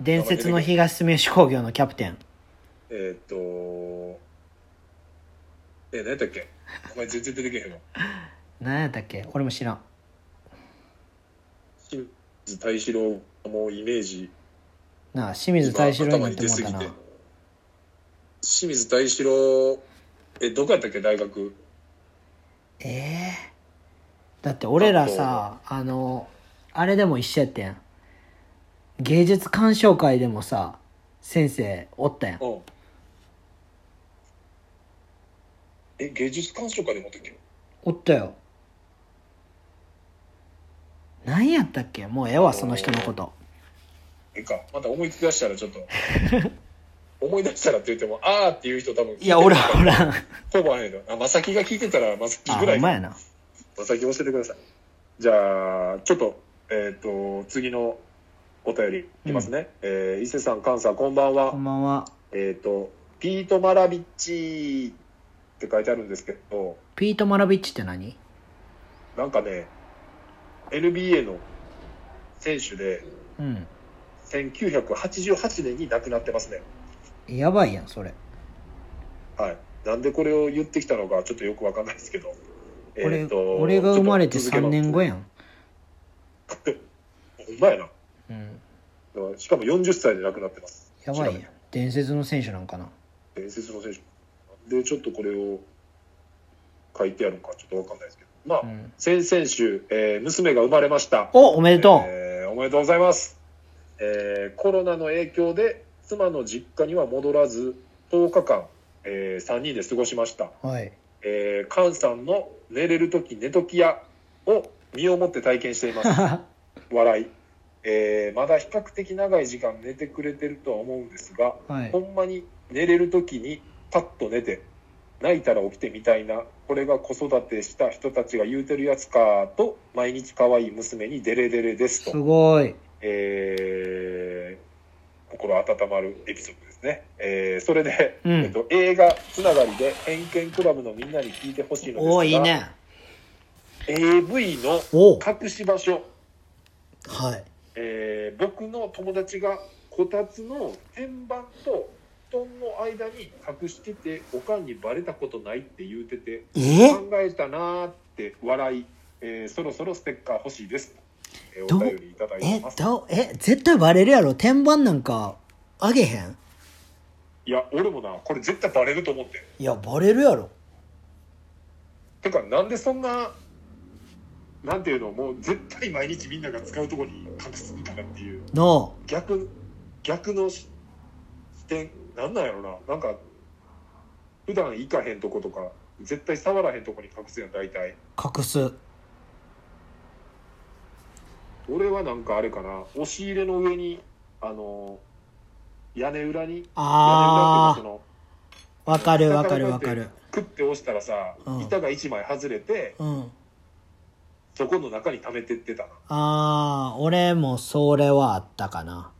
A: 伝説の東住吉工業のキャプテン。
B: えっと、え、何やったっけお前全然出てけへんわ。
A: 何やったっけ俺も知らん。
B: 清水大志郎もイメージ、
A: なあ、清水大志郎にな
B: 頭
A: っ
B: に
A: ても
B: 出
A: う
B: す
A: た
B: ぎ
A: な
B: て。。清水大志郎、え、どこやったっけ大学。
A: ええだって俺らさ、あの、あれでも一緒やってん。芸術鑑賞会でもさ、先生おったやん
B: う。ん。え、芸術鑑賞会でもあったっけ
A: おったよ。何やったっけもうええわ、その人のこと。
B: ええか。また思い出したらちょっと。 思い出したらって言っても、あーっていう人多分。
A: いや、おらん、お
B: ほ
A: らん。
B: ぼあれの。あ、まさきが聞いてたら、まさき
A: あ、
B: ぐら
A: ほ
B: い。
A: んまや
B: ま
A: な。
B: さき教えてください。じゃあ、ちょっと、えっ、と、次のお便りいきますね。えー伊勢さん、関さん、こんばんは。
A: こんばんは。
B: えっ、と、ピート・マラビッチって書いてあるんですけど、
A: ピート・マラビッチって何
B: なんかね、NBA の選手で、
A: うん。
B: 1988年に亡くなってますね。
A: やばいやん、それ。
B: はい。なんでこれを言ってきたのか、ちょっとよくわかんないですけど。
A: 俺、
B: えーと
A: 俺が生まれて
B: ちょっと続け
A: 3
B: ます
A: 年後やん。
B: ほんまやな。
A: うん。
B: だからしかも40歳で亡くなってます。
A: やばいや
B: 調
A: ん。伝説の選手なんかな。
B: べて伝説の選手。で、ちょっとこれを書いてあるのか、ちょっとわかんないですけど。まあ、
A: うん。
B: 先々週、えー娘が生まれました。
A: お、おめでとう。
B: えーおめでとうございます、えーコロナの影響で妻の実家には戻らず10日間、え3人で過ごしました、
A: はい。
B: えー、菅さんの「寝れる時寝ときや」を身をもって体験して います笑い、えーまだ比較的長い時間寝てくれてるとは思うんですが
A: はい
B: ほ。んまに寝れる時にパッと寝て泣いたら起きてみたいなこれが子育てした人たちが言うてるやつかと毎日可愛い娘にデレデレですと
A: すごい。
B: えー心温まるエピソードですね。えーそれで、
A: うん
B: えっと、映画つながりで、偏見クラブのみんなに聞いてほしいのですが、
A: おーいいね。
B: AV の
A: お
B: 隠し場所、
A: はい。
B: えー僕の友達がこたつの天板と布団の間に隠してて、おかんにバレたことないって言うてて、
A: え
B: 考えたなーって笑い、えーそろそろステッカー欲しいです。えー
A: ど
B: お
A: う
B: 便りいただいて
A: え
B: ます。
A: どうえ絶対バレるやろ天板なんかあげへん
B: いや、俺もな、これ絶対バレると思って。
A: いやバレるやろ
B: てか、なんでそんな、なんていうの、もう絶対毎日みんなが使うとこに隠すんだなっていう、
A: な
B: 逆、逆の視点、なんなんやろな。なんか、普段行かへんとことか、絶対触らへんとこに隠すやん、大体。
A: あ隠す
B: 俺はなんかあれかな、押し入れの上に、あの、屋根裏に、屋根裏っ
A: あ
B: ていうかその、
A: ーわかるわかるわかる
B: クッて押したらさ、
A: うん
B: 板が1枚外れて
A: うん
B: そこの中に溜めてってたな
A: あー俺もそれはあったかな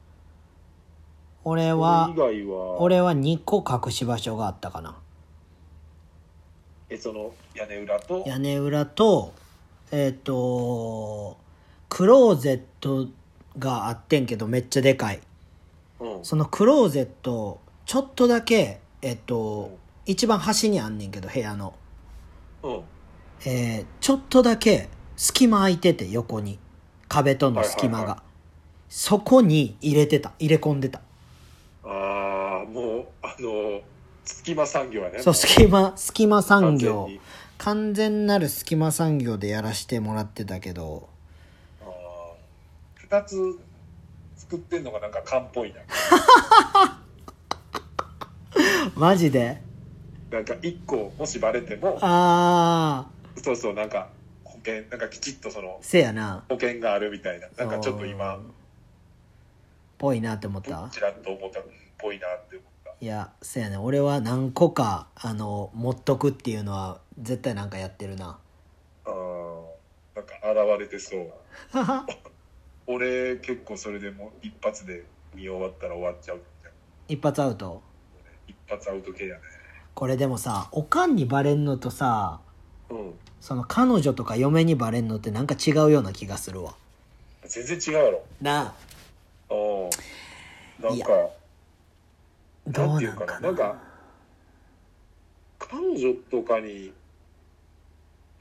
A: 俺は
B: それ以外は
A: 俺は2個隠し場所があったかな
B: えその屋根裏と
A: 屋根裏とえっ、とクローゼットがあってんけどめっちゃでかい
B: うん
A: そのクローゼットちょっとだけえっ、
B: うん
A: と一番端にあんねんけど部屋の
B: うん
A: えーちょっとだけ隙間空いてて横に壁との隙間が、
B: はいはいは
A: そこに入れてた入れ込んでた
B: ああもうあの隙間産業やね
A: そう
B: も
A: 隙間隙間産
B: 完全
A: 業
B: に
A: 完全なる隙間産業でやらしてもらってたけど
B: あー二つ作ってんのがなんか缶っぽいな
A: マジで
B: なんか一個もしバレても
A: あー
B: そうそうなんか保険なんかきちっとその
A: せやな
B: 保険があるみたいななんかちょっと今
A: うんぽいなって思った
B: ちらっと思ったっぽいなって思った
A: いやせやね俺は何個かあの持っとくっていうのは絶対なんかやってるな
B: あーなんか現れてそう
A: あ
B: 俺結構それでもう一発で見終わったら終わっちゃうみたいな
A: 一発アウト
B: 一発アウト系やね
A: これでもさおかんにバレんのとさ
B: うん
A: その彼女とか嫁にバレんのってなんか違うような気がするわ
B: 全然違うやろ
A: なあ
B: うんないん
A: や
B: か
A: ど
B: な
A: うん
B: てい
A: な
B: うんか
A: かな
B: ななんか彼女とかに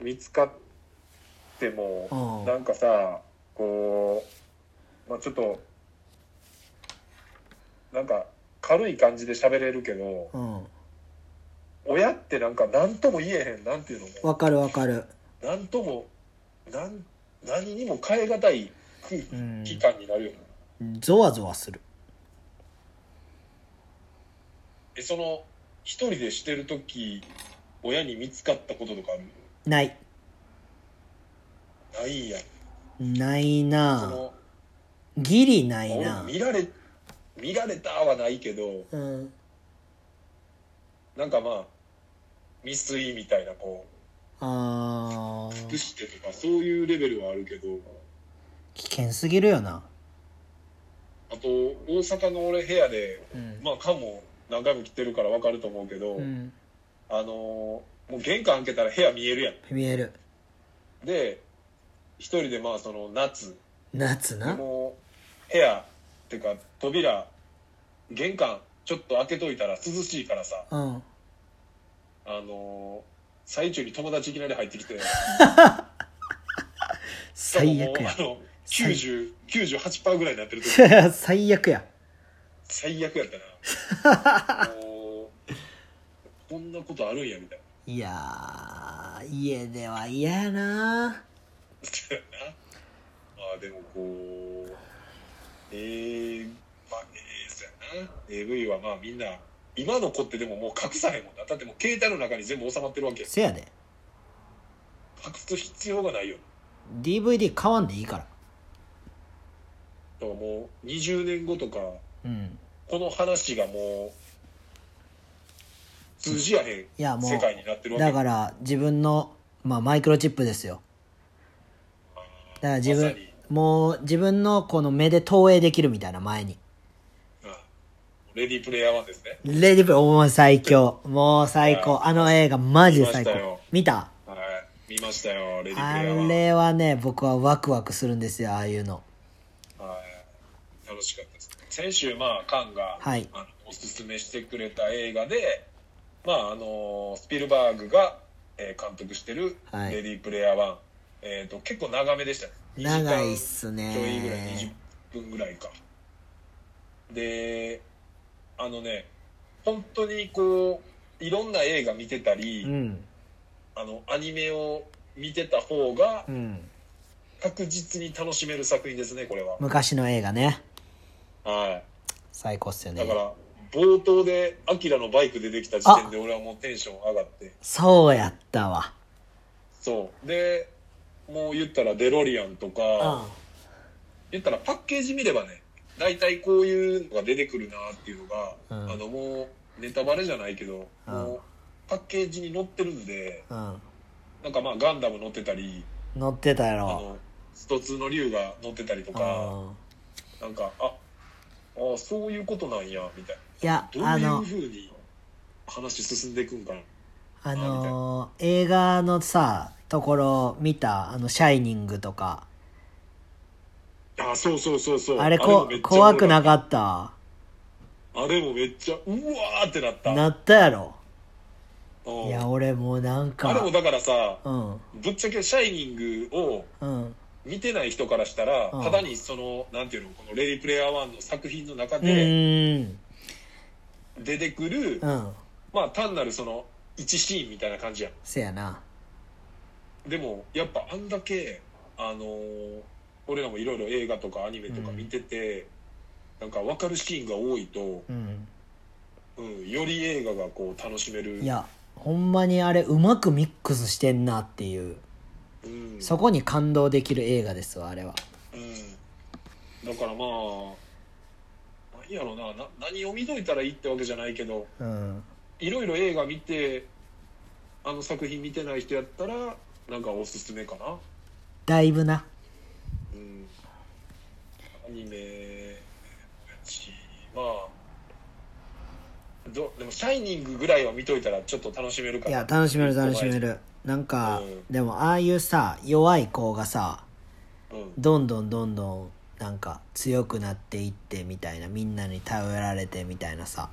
B: 見つかっても
A: う
B: なんかさこうまあちょっとなんか軽い感じで喋れるけど
A: んうん
B: 親ってなんか何とも言えへんなんていうの
A: わかるわかる
B: なんともなん何にも変え難い空
A: うん
B: 気感になるよね、
A: ゾワゾワする
B: えその一人でしてる時親に見つかったこととかある
A: ない
B: ないんや
A: ない
B: そ
A: な
B: の
A: ギリない
B: 俺
A: な
B: 見られ見られたはないけど
A: うん
B: なんかまあ未遂みたいなこ
A: あ
B: う
A: ー
B: 隠してとかそういうレベルはあるけど
A: 危険すぎるよな
B: あと大阪の俺部屋で
A: うん
B: まあかも何回も来てるから分かると思うけど、
A: うん
B: あのーもう玄関開けたら部屋見えるやん
A: 見える
B: で一人でまあその夏
A: 夏な
B: もう部屋っていうか扉玄関ちょっと開けといたら涼しいからさ
A: うん
B: あのー最中に友達いきなり入ってきて
A: 最悪
B: もう
A: や
B: あの90 98%ぐらいになってる時
A: 最悪や
B: 最悪やっ たなもうこんな ことあるんやみたい
A: いやー家では嫌やな
B: なまあでもこうええまあええそうやな AV はまあみんな今の子ってでももう隠さへんもんなだってもう携帯の中に全部収まってるわけ
A: せやで
B: 隠す必要がないよ
A: DVD 買わんでいいから
B: だからもう20年後とか
A: うん
B: この話がもう通じやへん
A: いやもう
B: 世界になってるわけ
A: だから自分の、まあ、マイクロチップですよだから自
B: ま
A: 分
B: さに
A: もう自分のこの目で投影できるみたいな前に
B: あレディープレイヤー1ですね
A: レディブもう最強もう最高あの映画マジで最高見た
B: はい見ましたよレディープ
A: あ
B: レイヤー1
A: れはね僕はワクワクするんですよああいうの
B: はい楽しかったです先週まあカンが、
A: はい
B: あのおすすめしてくれた映画でまああのスピルバーグが、えー監督してる
A: はい
B: レディープレイヤー1、えっ、と、結構長めでしたね。
A: 長いっす
B: 2時間ちょいぐらい、20
A: ね。
B: 分ぐらいか。で、あのね、本当にこう、いろんな映画見てたり、
A: うん。
B: あの、アニメを見てた方が
A: うん。
B: 確実に楽しめる作品ですね、これは。
A: 昔の映画ね。
B: は
A: 最高っすよ
B: い。
A: ね
B: だ。から、冒頭で、アキラのバイク出てきた時点で俺はもうテンション上がって、
A: そうやったわ。
B: そう。で、もう言ったらデロリアンとか、
A: う
B: 言ったらパッケージ見ればね大体こういうのが出てくるなっていうのが、
A: うん
B: あのもうネタバレじゃないけど、
A: うん
B: もうパッケージに載ってるんで
A: ん。うん。
B: なんかまあガンダム載ってたり
A: 乗ってたや
B: あ
A: ろ。
B: のスト2の竜が載ってたりと
A: う
B: か
A: ん。
B: なんかああそういうことなんやみたい
A: いや、あ
B: などう
A: の
B: いう、ふうに話進んでいくんかな
A: あのー映画のさ、ところ見た、あの、シャイニングとか。
B: あそうそうそうそう
A: あれ
B: も
A: こ
B: めっち、ゃ
A: 怖くな
B: おも
A: かった。
B: ろいあれもめっちゃうわーってなった
A: なったやろ。
B: うん
A: いや、俺もうなん
B: あれも
A: か、
B: だからさ
A: うん。
B: ぶっちゃけ「シャイニング」を
A: うん。
B: 見てない人からしたら、
A: うん
B: ただにその、なんていうの、このレディープレイヤー1の作品の中
A: う
B: で
A: ーん。
B: 出てくる、
A: うん。
B: まあ単なるその、一シーンみたいな感じや
A: せやな。
B: ん。でも、やっぱあんだけ、あのー俺らもいろいろ映画とかアニメとか見てて、なんか分かるシーンが多いと、
A: うん。
B: うん、より映画がこう楽しめる。
A: いや、ほんまにあれ、うまくミックスしてんなっていう。
B: うん、
A: そこに感動できる映画ですわ、あれは。
B: うん。だからまあ、何やろなな、何を見といたらいいってわけじゃないけど、
A: うん。
B: いろいろ映画見てあの作品見てない人やったらなんかおすすめかな
A: だいぶな。
B: うんアニメやしまあどでも「シャイニング」ぐらいは見といたらちょっと楽しめるか
A: い
B: な
A: や、楽しめる楽しめる。なんか、
B: う
A: でもああいうさ、弱い子がさ、
B: うん
A: どんどんどんどん、なんか強くなっていってみたいな、みんなに頼られてみたいなさ、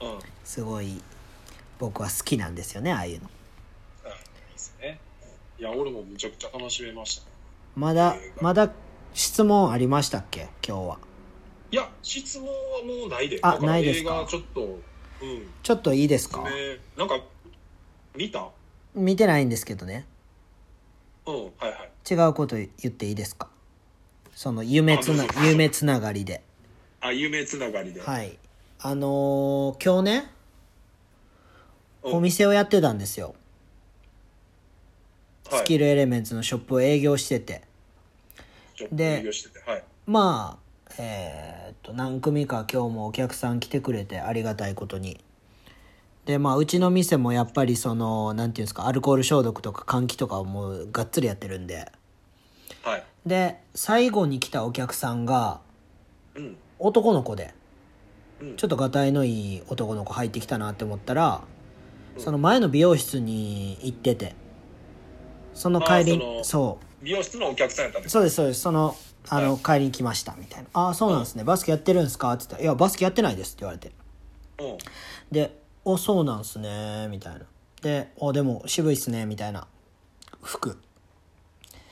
B: うん、うん、いい
A: すごい、僕は好きなんですよね、ああいうの。
B: ですねいや俺もむちゃくちゃ楽しめましたね
A: まだ、まだ質問ありましたっけ今日は。
B: いや質問はもうないで
A: あ
B: だら
A: ないですか
B: 映画ちょっとうん
A: ちょっといいですか
B: ねなんか見た
A: 見てないんですけどね。
B: うんはいはい
A: 違うこと言っていいですかその夢つな
B: あどうぞ
A: 夢つながりで
B: あ夢つながりで、
A: はいあのー今日ね
B: うん
A: お店をやってたんですよ、
B: はい
A: スキルエレメンツのショップを営業しててで
B: 営業しててはい
A: まあえーっと何組か今日もお客さん来てくれてありがたいことにでまあうちの店もやっぱりそのなんていうんですかアルコール消毒とか換気とかをもうがっつりやってるんで
B: はい
A: で最後に来たお客さんが
B: うん
A: 男の子で
B: うん
A: ちょっとがたいのいい男の子入ってきたなって思ったら、
B: うん
A: その前の美容室に行っててその帰り
B: あ
A: に
B: ーその
A: そ
B: 美容室のお客さんやったんで
A: う
B: す
A: そうですそうですそのあの、帰りに来ましたみたいな「ああそうなんですね、バスケやってるんですか?」って言ったら「いやバスケやってないです」って言われて
B: うん
A: で「おそうなんすね」みたいなで「おでも渋いっすね」みたいな服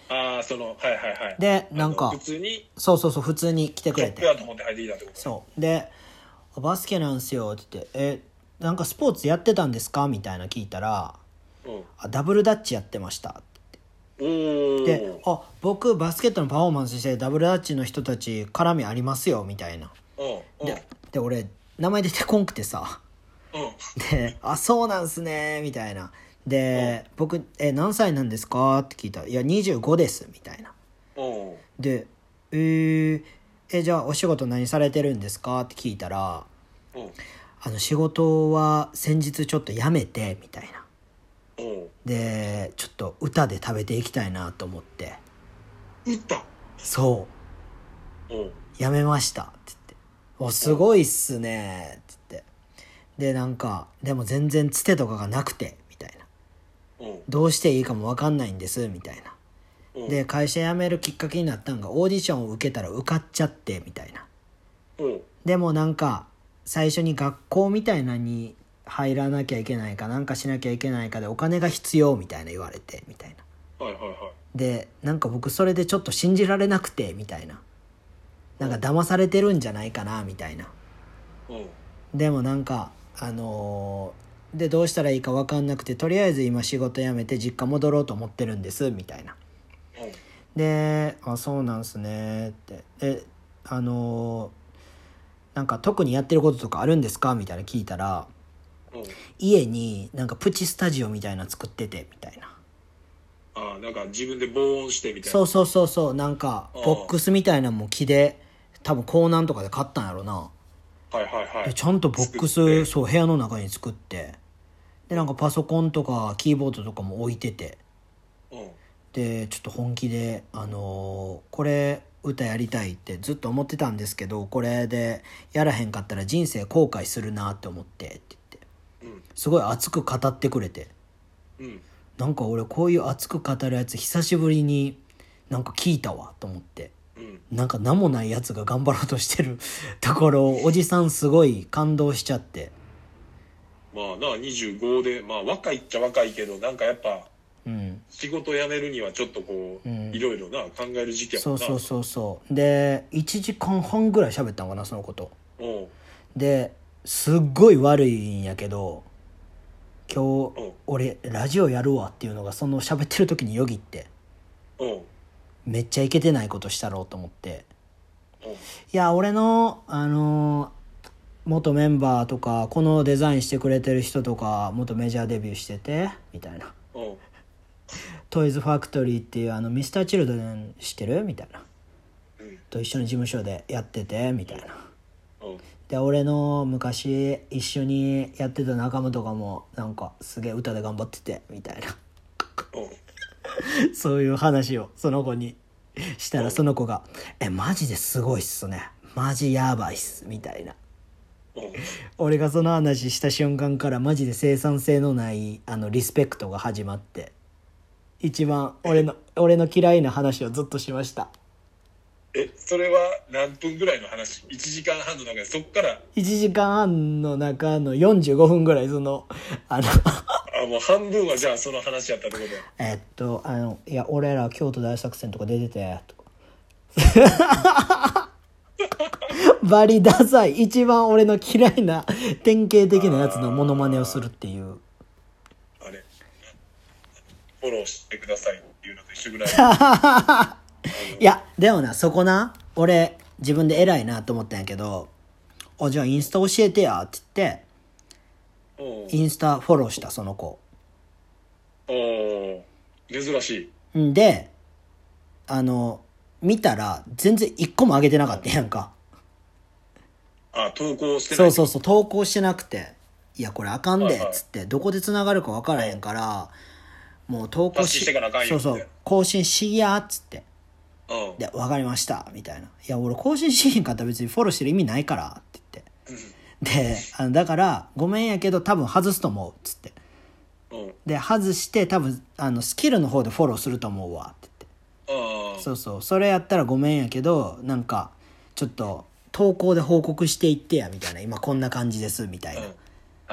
B: ああそのはいはいはい
A: で
B: あの
A: なんか
B: 普通に
A: そうそうそう普通に来てく
B: ショ
A: れ
B: ッ
A: て
B: プやと思って入ってきたってこと
A: そうで「バスケなんすよ」って言って「えなんかスポーツやってたんですか?」みたいな聞いたら
B: うん
A: あダブルダッチやってました
B: おお
A: で「あ僕バスケットのパフォーマンスしてダブルダッチの人たち絡みありますよ」みたいな
B: うんうん
A: でで俺名前出てこんくてさ
B: うん
A: で「あそうなんすね」みたいなで「僕え何歳なんですか?」って聞いたら「いや25です」みたいな
B: うん
A: で「えー、えじゃあお仕事何されてるんですか?」って聞いたら「
B: うん
A: あの仕事は先日ちょっとやめて」みたいな
B: うん
A: でちょっと歌で食べていきたいなと思って
B: 打った
A: そう
B: うん
A: やめました」って言って「おすごいっすね」って言ってでなんか「でも全然つてとかがなくて」みたいな
B: うん
A: 「どうしていいかも分かんないんです」みたいな
B: うん
A: で会社辞めるきっかけになったのがオーディションを受けたら受かっちゃってみたいな
B: うん
A: でもなんか最初に学校みたいなのに入らなきゃいけないかなんかしなきゃいけないかでお金が必要みたいな言われてみたいな
B: はいはいはい
A: でなんか僕それでちょっと信じられなくてみたいななんか騙されてるんじゃないかなみたいな
B: うん。
A: でもなんかあのーでどうしたらいいか分かんなくてとりあえず今仕事辞めて実家戻ろうと思ってるんですみたいな
B: うん。
A: で「あそうなんすね」ってであのーなんか特にやってることとかあるんですかみたいな聞いたら
B: うん。
A: 家になんかプチスタジオみたいなの作っててみたいな
B: ああ、なんか自分で防音してみたいな。
A: そうそうそうそうなんか
B: うん
A: ボックスみたいなのも木で多分港南とかで買ったんやろな
B: はいはいは
A: で
B: い。
A: ちゃんとボック
B: 作って
A: スそう部屋の中に作ってでなんかパソコンとかキーボードとかも置いてて
B: うん。
A: でちょっと本気で、あのーこれ歌やりたいってずっと思ってたんですけどこれでやらへんかったら人生後悔するなって思ってって言って
B: うん。
A: すごい熱く語ってくれて
B: うん。
A: なんか俺こういう熱く語るやつ久しぶりになんか聞いたわと思って
B: うん。
A: なんか何もないやつが頑張ろうとしてる ところをおじさんすごい感動しちゃって
B: まあな、25で、まあ若いっちゃ若いけど、なんかやっぱ、
A: うん
B: 仕事辞めるにはちょっとこう、
A: うん
B: いろいろな、考える時期やも
A: そ
B: ん
A: う
B: な。
A: そうそうそうで1時間半ぐらい喋ったんかなそのこと
B: うん。うん。
A: ですっごい悪いんやけど今
B: うん
A: 日俺ラジオやるわっていうのがその喋ってる時によぎって
B: うん。
A: めっちゃいけてないことしたろうと思っていや俺のあの元メンバーとかこのデザインしてくれてる人とか元メジャーデビューしててみたいな
B: うん。うん。
A: トイズファクトリーっていうあのミスターチルドレン知ってるみたいな
B: うん
A: と一緒に事務所でやっててみたいな
B: うん。
A: で俺の昔一緒にやってた仲間とかもなんかすげえ歌で頑張っててみたいな
B: うん。
A: そういう話をその子にしたらその子が「えマジですごいっすねマジやばいっす」みたいな
B: うん。
A: 俺がその話した瞬間からマジで生産性のないあのリスペクトが始まって一番俺の 俺の嫌いな話をずっとしました
B: え、それは何分ぐらいの話 ?1 時間半の中で、そっから、
A: 1時間半の中の45分ぐらいそのあの
B: あ、もう半分はじゃあその話やったってことや。
A: えっと、あの、いや、俺ら京都大作戦とか出てて、とか。 バリダサい。一番俺の嫌いな、典型的なやつのモノマネをするっていう。
B: あれ。フォローしてくださいっていうのと一緒ぐらい。
A: いや、でもな、そこな、俺、自分で偉いなと思ったんやけど、あ、じゃあインスタ教えてや、って言って、
B: うん。
A: インスタフォローした、その子。
B: おー珍しい。
A: んで、あの、見たら、全然一個も上げてなかったやんか。
B: あ、投稿してな
A: そ。
B: いう
A: そうそう投稿してなくて「いやこれあかん
B: は
A: で
B: いは」い
A: つってどこでつながるか分からへんからもう投稿
B: 発信してからあかんよ
A: そうそ
B: み
A: う
B: たいな
A: 更新しやっつって
B: う
A: 「
B: ん
A: で分かりました」みたいな「いや俺更新しへんかったら別にフォローしてる意味ないから」って言ってであのだから「ごめんやけど多分外すと思う」っつって
B: うん。
A: で外して多分あのスキルの方でフォローすると思うわって言って
B: あ
A: そうそうそれやったらごめんやけどなんかちょっと投稿で報告していってやみたいな今こんな感じですみたい
B: あ。うん。
A: な
B: は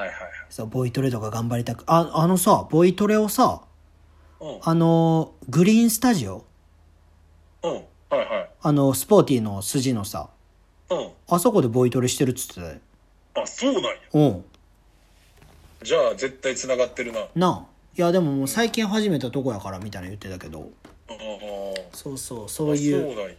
B: いはいはい。
A: そう、ボイトレとか頑張りたく、あ、あのさ、ボイトレをさ、
B: うん。
A: あの、グリーンスタジオ
B: うん。はいはい。
A: あの、スポーティーの筋のさ、
B: う
A: あそこでボイトレしてるっつってたよ
B: ん。あ、そうなんや。
A: うん。
B: じゃあ、絶対繋がってるな。うん。
A: なあ。いや、でももう最近始めたとこやからみたいな言ってたけど、そうそう、
B: あ
A: そう
B: そう
A: いう
B: なんや。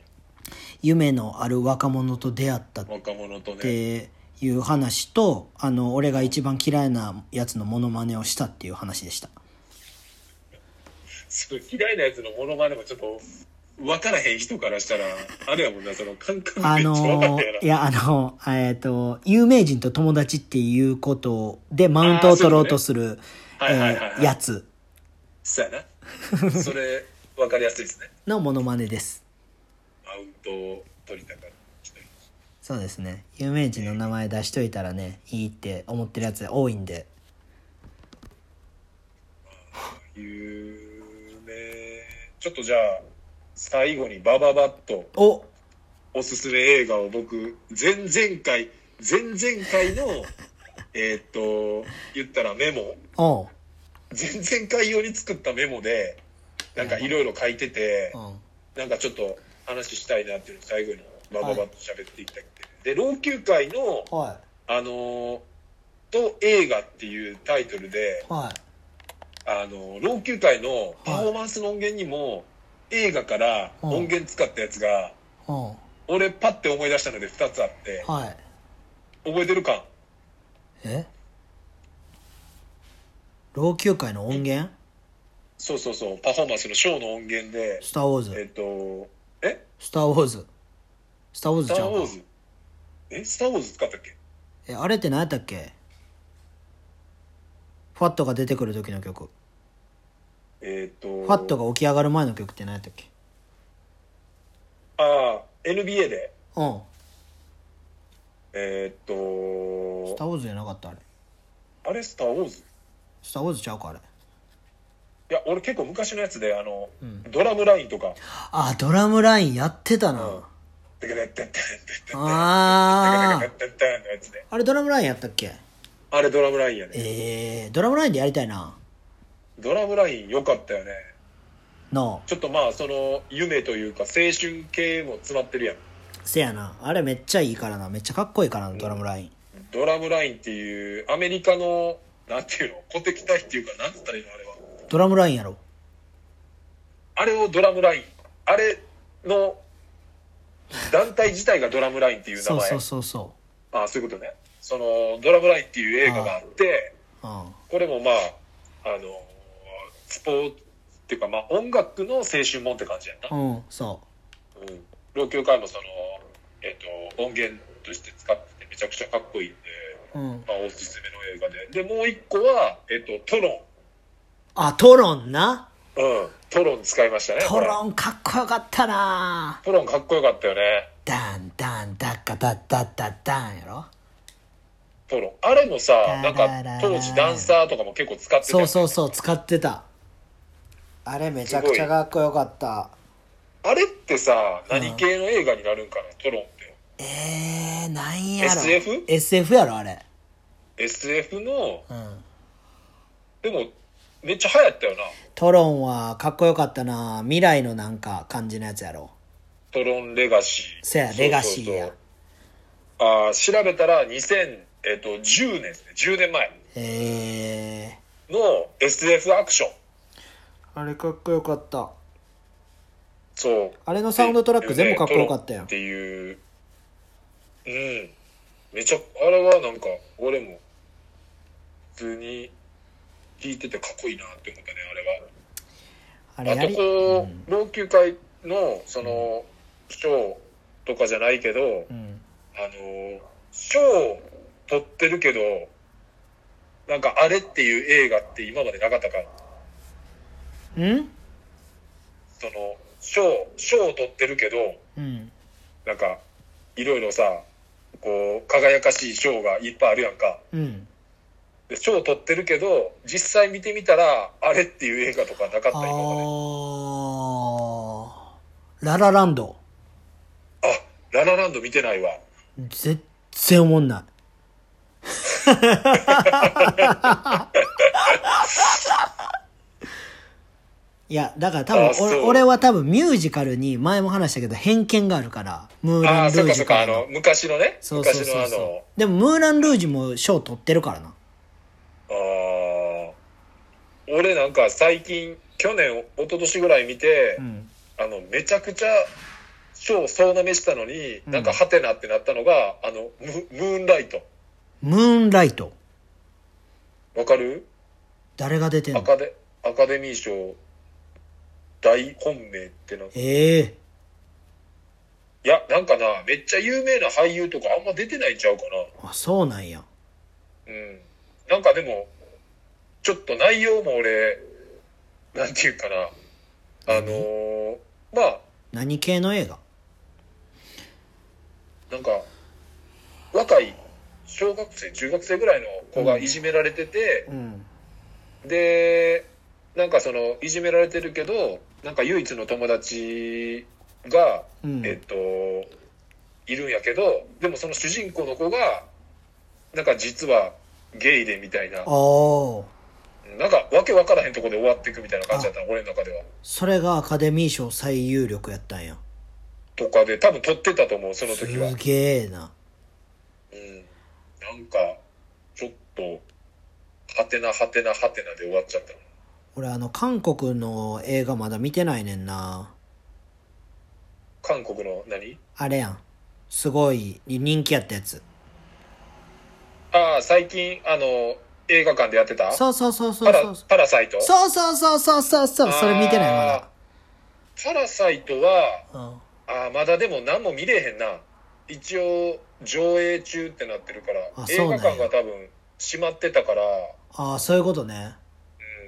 A: 夢のある若者と出会ったっ
B: 若者とね。
A: ていう話と、あの、俺が一番嫌いなやつのモノマネをしたっていう話でした。
B: すごい嫌いなやつのモノマネもちょっと、分からへん人からしたら、あれやもんな、その、カンカン
A: あ
B: めっ ちゃ分かっ
A: の
B: たやな。
A: いや、あのえっ、と、有名人と友達っていうことでマウントを取ろうとする、
B: あーそういうことねはいはいはい
A: え
B: はい
A: ーやつ
B: そうやな。それ、分かりやすいですね。
A: のモノマネです。
B: マウントを取りたかった。
A: そうですね。有名人の名前出しといたらね、いいって思ってるやつ多いんで。
B: 有名。ちょっとじゃあ、最後にバババッと
A: お
B: おすすめ映画を僕、前々回、前々回の、えーっと、言ったらメモ、
A: おう
B: 前々回用に作ったメモで、なんかいろいろ書いてて、
A: うん。
B: なんかちょっと話したいなっていうのを最後にバババッと喋っていきたくて。で、老朽会の、
A: は
B: あのーと映画っていうタイトルで
A: い。、は
B: あのー老朽会のパフォーマンスの音源にも、映画から音源使ったやつが、
A: い。うん。
B: 俺パッて思い出したので2つあって、
A: はい。
B: 覚えてるか
A: え老朽会の音源
B: そうそうそう、パフォーマンスのショーの音源で、
A: スターウォーズ。
B: えっと、え
A: スター・ウォーズ。スター・ウォー
B: ス
A: ズ
B: タ
A: ちゃ
B: ー・
A: う
B: ウォー
A: か
B: ズえスター・ウォーズ使ったっけ
A: え、あれって何やったっけファットが出てくる時の曲。
B: えっ、と、
A: ファットが起き上がる前の曲って何やったっけ
B: ああ、NBA で、
A: うん。
B: えっ、
A: スタ
B: と、
A: ー・ウォーズじゃなかったあれ。
B: あれスター・ウォーズ
A: スター・ウォーズちゃうかあれ。
B: いや、俺結構昔のやつで、あの、
A: ん
B: ドラムラインとか、
A: あ、ドラムラインやってたな。
B: テケテッテッテッテッテ
A: あ
B: テ
A: ー
B: ケ。テッテッテッテのやつで。
A: あれドラムラインやったっけ
B: あれドラムラインやね。
A: えー、ドラムラインでやりたいな。
B: ドラムライン良かったよね。
A: の、
B: ちょっとまあ、その、夢というか、青春系も詰まってるやん。
A: せやな。あれめっちゃいいからな。めっちゃかっこいいからな、ドラムライン。
B: ドラムラインっていう、アメリカの、なんていうの、小敵隊っていうか、なんつったらいいの、あれは。
A: ドラムラインやろ。
B: あれをドラムライン、あれの団体自体がドラムラインっていう名
A: そう
B: 前。
A: そうそうそ
B: ああ、そういうことね。その、ドラムラインっていう映画があって、
A: う。うん。
B: これもまあ、あの、スポーツっていうかまあ音楽の青春もんって感じやな。
A: うん、そ
B: うん。老朽会もその、えっ、と、音源として使っててめちゃくちゃかっこいいんで、
A: う。うん。
B: まあおすすめの映画で。で、もう一個は、えっ、と、トロン。
A: あ、トロンな。
B: うん。トロン使いましたね。
A: ト
B: ン。
A: ロンかっこよかったな。
B: トロンかっこよかったよね。
A: ダンダンダッカダッダッダッダンやろ。
B: トロンあれもさ
A: ララ
B: なん
A: ラ
B: か
A: ラ
B: 当時ダンサーとかも結構使ってた
A: そ
B: よね
A: うそうそう、使ってた。あれめちゃくちゃかっこよかった。
B: あれってさ
A: うん
B: 何系の映画になるんかなトロンって
A: えー、なんやろ。
B: SF？
A: SF やろ、あれ。
B: SF の
A: うん。
B: でもめっちゃ流行ったよな
A: トロンはかっこよかったな。未来のなんか感じのやつやろ。
B: トロンレガシー
A: せやレガシーや
B: そうそうそうあー調べたら2010、えっと10年ですね10年前
A: え
B: の SF アクション
A: ー、あれかっこよかった。
B: そう
A: あれのサウンドトラック全部かっこよかったよ
B: っ。ていううんめちゃあれはなんか俺も普通に聞いててかっこいいなって思ったね
A: あ
B: あれ
A: れ
B: は
A: や
B: あ
A: り、
B: とこう、老朽会のそのショーとかじゃないけど、
A: うん。
B: あの賞を取ってるけどなんかあれっていう映画って今までなかったから
A: うん
B: その賞賞を取ってるけど
A: うん。
B: なんか、いろいろさ、こう、輝かしい賞がいっぱいあるやんか。
A: うん。
B: で、賞取ってるけど、実際見てみたら、あれっていう映画とかなかった、
A: あ
B: 今まで。
A: あーララランド。
B: あ、ララランド見てないわ。
A: 全然思んない。いや、だから多
B: あ
A: 分
B: そう
A: 俺、俺は多分ミュージカルに前も話したけど偏見があるから、ムー
B: あ
A: ラ
B: あ、
A: ン・ル
B: そっ
A: ー
B: か
A: ジ
B: そ
A: ュ
B: っか、
A: か
B: あ
A: ら
B: の、。昔のね、
A: そうそう
B: 昔
A: そ
B: の
A: う
B: あ
A: そ
B: の、
A: う。でも、ムーラン・ルージュも賞取ってるからな。
B: ああ、俺なんか最近、去年、一昨年ぐらい見て、
A: うん。
B: あの、めちゃくちゃ、賞総なめしたのに、なん
A: う
B: か
A: ん
B: ハテナってなったのが、あの、ムムーンライト。
A: ムーンライト。
B: わかる
A: 誰が出てん
B: ア
A: の
B: カデアカデミー賞大本命ってなんか
A: ええ
B: いやなんかなめっちゃ有名な俳優とかあんま出てないんちゃうか
A: あ、そうなんや。
B: なうんなんかでもちょっと内容も俺なんていうかなあのーまあ
A: 何系の映画
B: なんか若い小学生中学生ぐらいの子がいじめられてて、
A: うん。
B: でなんかそのいじめられてるけどなんか唯一の友達が
A: うん。
B: えっと、いるんやけど、でもその主人公の子が、なんか実はゲイでみたいな
A: あ、あ。
B: なんか、わけわからへんとこで終わっていくみたいな感じだったの、俺の中では。
A: それがアカデミー賞最有力やったんや。
B: とかで、多分撮ってたと思う、その
A: す
B: 時は。うん。
A: げえな。
B: なんか、ちょっと、はてなはてなはてなで終わっちゃったの。
A: 俺あの、韓国の映画まだ見てないねんな。
B: 韓国の何
A: あれやん。すごい人気やったやつ。
B: ああ、最近、あの、映画館でやってた
A: そうそうそうそ
B: パ
A: うそ
B: ラ
A: う。
B: パラサイト
A: そうそうそうそうそうそう。それ見てないま
B: パラサイトは、
A: だ。うん。
B: ああ、まだでも何も見れへんな。一応、上映中ってなってるから
A: あ、そうなんや
B: 映画館が多分閉まってたから、
A: ああ、そういうことね。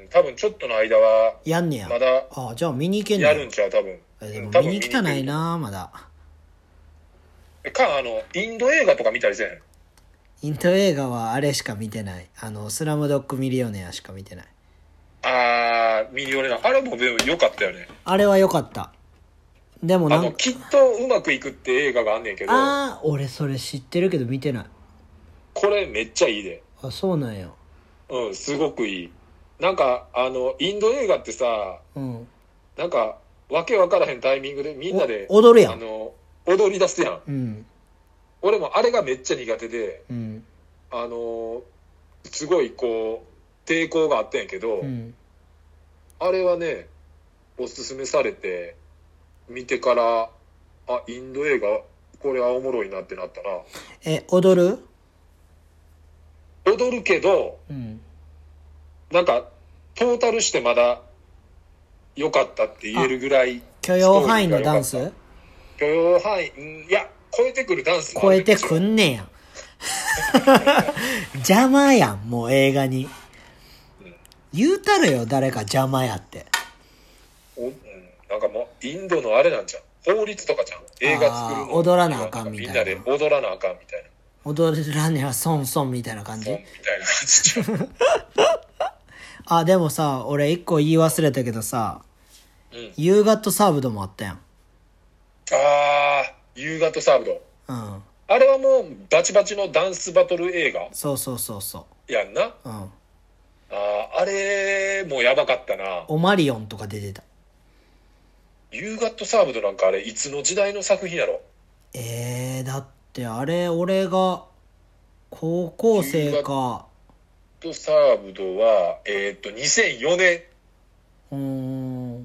B: うん、多分ちょっとの間は、
A: やんねや。
B: まだ
A: ああ、じゃあ見に行けんね
B: や
A: や。
B: るんちゃう、多分。
A: えで
B: う
A: も
B: ん多
A: 見
B: 分
A: に来たない
B: 見に行
A: な、まだ。
B: けるか、あの、インド映画とか見たりせん。
A: インド映画はあれしか見てない。あの、スラムドッグミリオネアしか見てない。
B: ああ、ミリオネア。あれもでも良かったよね。
A: あれは良かった。でも
B: あ
A: なん
B: の、
A: か、
B: きっとうまくいくって映画があんねんけど、
A: ああ、俺それ知ってるけど見てない。
B: これめっちゃいいで。
A: あ、そうなんや。
B: うん、すごくいい。なんか、あの、インド映画ってさ、
A: うん。
B: なんか、わけわからへんタイミングでみんなで、
A: お踊るや
B: あ
A: ん。
B: の、踊り出すやん。
A: うん。
B: 俺もあれがめっちゃ苦手で、
A: うん。
B: あのーすごいこう、抵抗があったんやけど、
A: うん。
B: あれはね、おすすめされて、見てから、あ、インド映画、これはおもろいなってなったな。
A: え、踊る
B: 踊るけど、
A: うん。
B: なんか、トータルしてまだ、良かったって言えるぐらい、
A: 許容範囲のダン
B: ストー
A: ス
B: 許容範囲、うんいや、超えてくるダンスも
A: 超
B: あ
A: え
B: る
A: てくんねや ん。邪魔やん、もう映画に。言うたるよ、誰か邪魔やって。
B: おうんなんかもう、インドのあれなんじゃん。法律とかじゃん。映画作る
A: あー
B: の。
A: 踊らなあかんみ
B: み
A: たい
B: んな
A: な
B: で踊らなあかんみたいな。
A: 踊らねは損損みたいな感
B: ポン
A: じ
B: みたいな感じじゃん。うん。
A: あでもさ俺一個言い忘れたけどさ夕方とサーブドもあったやん
B: ああ、夕方サーブド。
A: うん
B: あれはもう、バチバチのダンスバトル映画
A: そうそうそうそ
B: やんな。あ
A: ううん
B: あー、あれもやばかったな。
A: オマリオンとか出てた
B: 夕方サーブドなんかあれ、いつの時代の作品やろ。
A: えー、だってあれ俺が高校生か
B: とサーブドは、えーっと、2004年、
A: うーん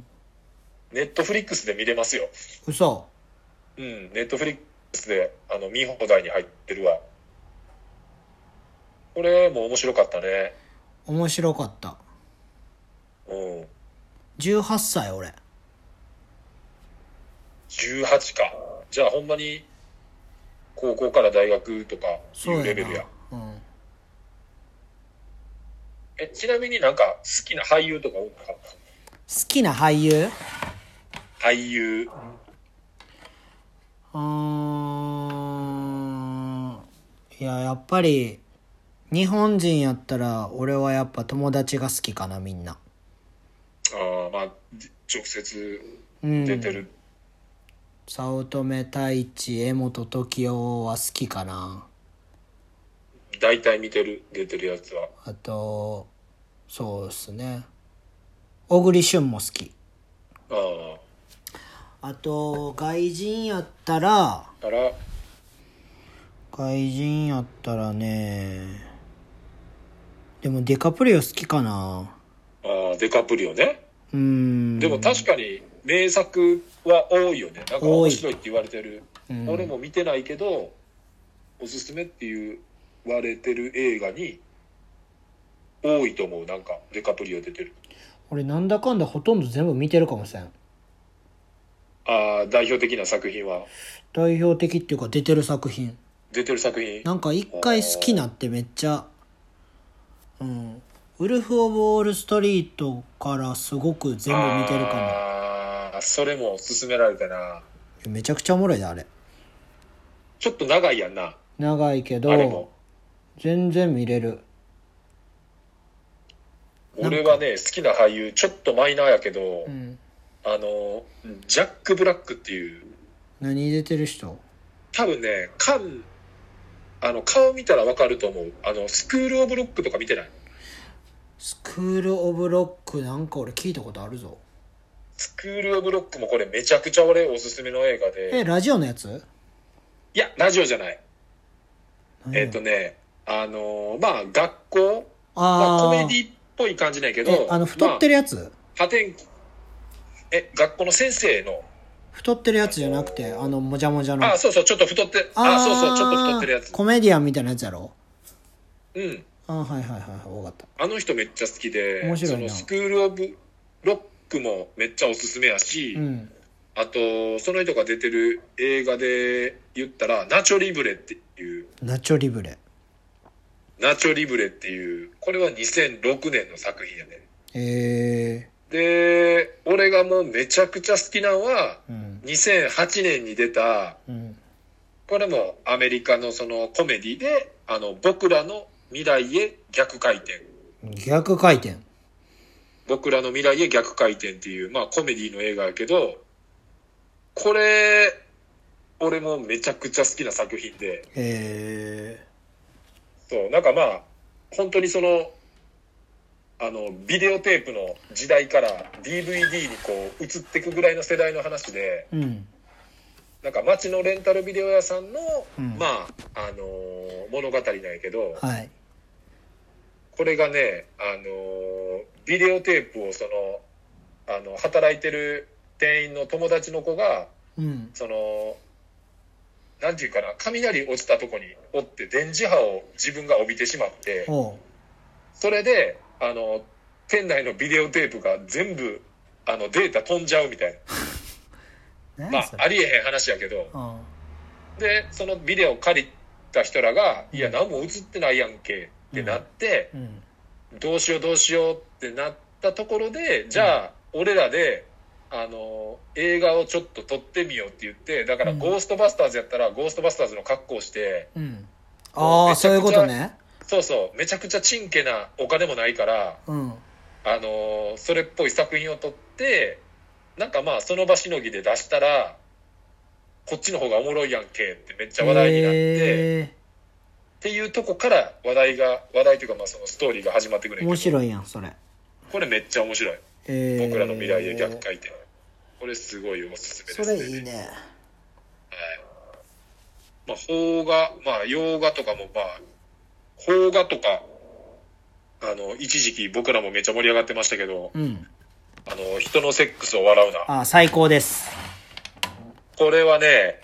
B: ネットフリックスで見れますよ。
A: 嘘
B: うん、ネットフリックスで、あの、見放題に入ってるわ。これも面白かったね。
A: 面白かった
B: うん。
A: 18歳俺
B: 18か。じゃあほんまに、高校から大学とかい
A: そう
B: う
A: や
B: レ
A: な
B: ベルや。
A: うん、
B: え、ちなみになんか好きな俳優とか多かっ
A: 好きな俳優
B: た俳優。
A: うーんいややっぱり日本人やったら俺はやっぱ友達が好きかなみんな
B: ああ、まあ、じ直接
A: うん
B: 出てる。
A: 早乙女太一江本時生は好きかな
B: 大体見てる、出てるやつは。
A: あとそうっすね小栗旬も好き
B: あ
A: あと外人やったら
B: あ。から、
A: 外人やったらねでもデカプリオ好きかな
B: ああ、デカプリオね。
A: うーん
B: でも確かに名作は多いよね。なんか
A: 多い
B: 面白いって言われてる。
A: うん
B: 俺も見てないけど、おすすめって言われてる映画に、多いと思う。なんか、デカプリオ出てる。
A: 俺なんだかんだほとんど全部見てるかもしれん
B: ああ、代表的な作品は、
A: 代表的っていうか出てる作品
B: 出てる作品。
A: なんか一回好きなってめっちゃうんウルフ・オブ・オール・ストリートからすごく全部見てるか
B: ああ、それも勧められたな。
A: もめちゃくちゃおもろいであれ
B: ちょっと長いやんな。
A: 長いけ
B: あれ
A: ど
B: も。
A: 全然見れるなんか
B: 俺はね、好きな俳優、ちょっとマイナーやけど、
A: うん
B: あの、ジャック・ブラックっていう、
A: 何出てる人
B: 多分ね、カン、あの、顔見たらわかると思う。あの、スクール・オブ・ロックとか見てない
A: スクール・オブ・ロックなんか俺聞いたことあるぞ
B: スクール・オブ・ロックもこれめちゃくちゃ俺おすすめの映画で。
A: えラジオのやつ
B: いや、ラジオじゃない。
A: 何
B: えっ、とね、あのーまあ、学校、まあ、
A: あ
B: コ
A: ー、
B: メディっぽい感じなんやけど
A: え、あの太って
B: る、
A: るやつ
B: 破天え、学校の先生の、
A: 太ってるやつじゃなくてあのもじゃもじゃの
B: あ、そうそう、ちょっと太って、あ
A: ー
B: そうそう、ちょっと太ってるやつ。
A: コメディアンみたいなやつやろ
B: うん。
A: あーはいはいはいはいわかった
B: あの人めっちゃ好きで、
A: 面白い
B: そ
A: な
B: のスクール・オブ・ロックもめっちゃおすすめやし、
A: うん
B: あと、その人が出てる映画で言ったら、ナチョ・リブレっていう、
A: ナチョリブレ
B: ナチョ・リブレっていう、これは2006年の作品やね。
A: え
B: で、俺がもうめちゃくちゃ好きなのは、
A: ー、うん
B: 2008年に出た、
A: うん
B: これもアメリカのそのコメディで、あの、僕らの未来へ逆回転。
A: 逆回転
B: 僕らの未来へ逆回転っていう、まあコメディの映画やけど、これ、俺もめちゃくちゃ好きな作品で、
A: え
B: そう、なんかまあ、本当にその、あの、ビデオテープの時代から DVD にこう移っていくぐらいの世代の話で、
A: ー、うん
B: なんか街のレンタルビデオ屋さんの、
A: うん
B: まあ、あのー物語なんやけど、
A: はい
B: これがね、あのービデオテープをその、あの、働いてる店員の友達の子が、
A: うん
B: その、なんていうかな、雷落ちたとこにおって電磁波を自分が帯びてしまって、
A: おう
B: それで、あの、店内のビデオテープが全部、あの、データ飛んじゃうみたいな。ま
A: 何
B: あ
A: そ、れ
B: ありえへん話やけど、
A: あ
B: でそのビデオ借りた人らが「いや何も映ってないやんけ」ってなって、
A: うん
B: どうしようどうしようってなったところでじゃあ俺らで。あの映画をちょっと撮ってみようって言ってだから
A: うん
B: 「ゴーストバスターズ」やったら「ゴーストバスターズ」の格好をして
A: うんああ
B: めち
A: そ
B: ゃくちゃ
A: ういうことね
B: そうそうめちゃくちゃチンケなお金もないから
A: うん
B: あのそれっぽい作品を撮ってなんかまあその場しのぎで出したらこっちの方がおもろいやんけってめっちゃ話題になって。
A: え
B: っていうとこから話題が話題というかまあそのストーリーが始まってくる
A: ー、
B: んや
A: 面
B: けど
A: 白いやんそれ、
B: これめっちゃ面白い
A: えー、
B: 僕らの未来へ逆回転これすごいおすすめで
A: そ
B: すね
A: れいいね
B: まあ邦画まあ洋画とかもまあ邦画とかあの一時期僕らもめっちゃ盛り上がってましたけど
A: うん
B: あの人のセックスを笑うな
A: あー最高です
B: これはね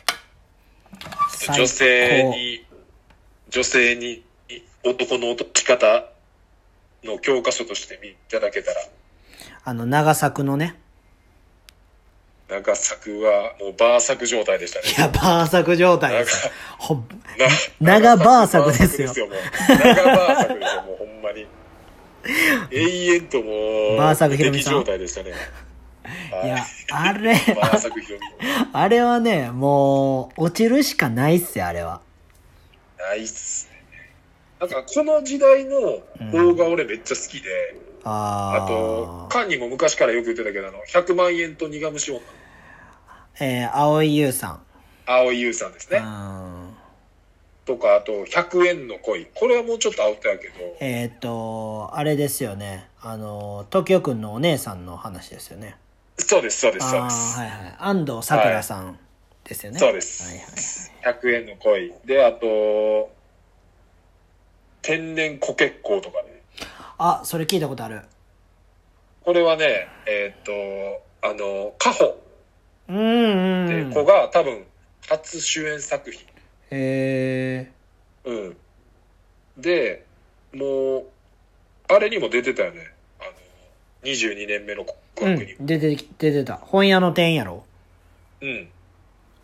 A: 最高
B: 女性に女性に男の落とし方の教科書として見ていただけたら
A: あの長作のね
B: 長作はもうバー作状態でしたね
A: いやバー作状態ですほん
B: な
A: 長バー作ですよ
B: 長バー作ですよもう長バー作ですよ、もうほんまに。永遠ともう、
A: バー作ひろみさん
B: 無敵状態でしたね。はい
A: やあ れ
B: バー作ひろみ。
A: あれはねもう落ちるしかないっすよあれは
B: ナイス。なんかこの時代の動画俺めっちゃ好きで、あと
A: あ、あ
B: カンニも昔からよく言ってたけど、あの、100万円と苦虫女、
A: えー、蒼井優さん
B: 青井優さんですね。
A: うん
B: とか、あと、100円の恋。これはもうちょっとアウトやけど、
A: えーっ、とあれですよねあの東京くんのお姉さんの話ですよね
B: そうです、そうです、そう
A: あ
B: で
A: あ
B: す。
A: はいはい安藤さくらさんですよね、
B: そうです
A: はいはい
B: 100円の恋。で、あと、天然コ結構とかね。
A: あそれ聞いたことある
B: これはね、えーっと、あの、カホ
A: うんうん
B: って
A: うん
B: 子が、多分、初主演作品。
A: え
B: うん。で、もう、あれにも出てたよね。あの、22年目の告白に
A: ー、。うん出てき出てた本屋の店員やろ
B: うん。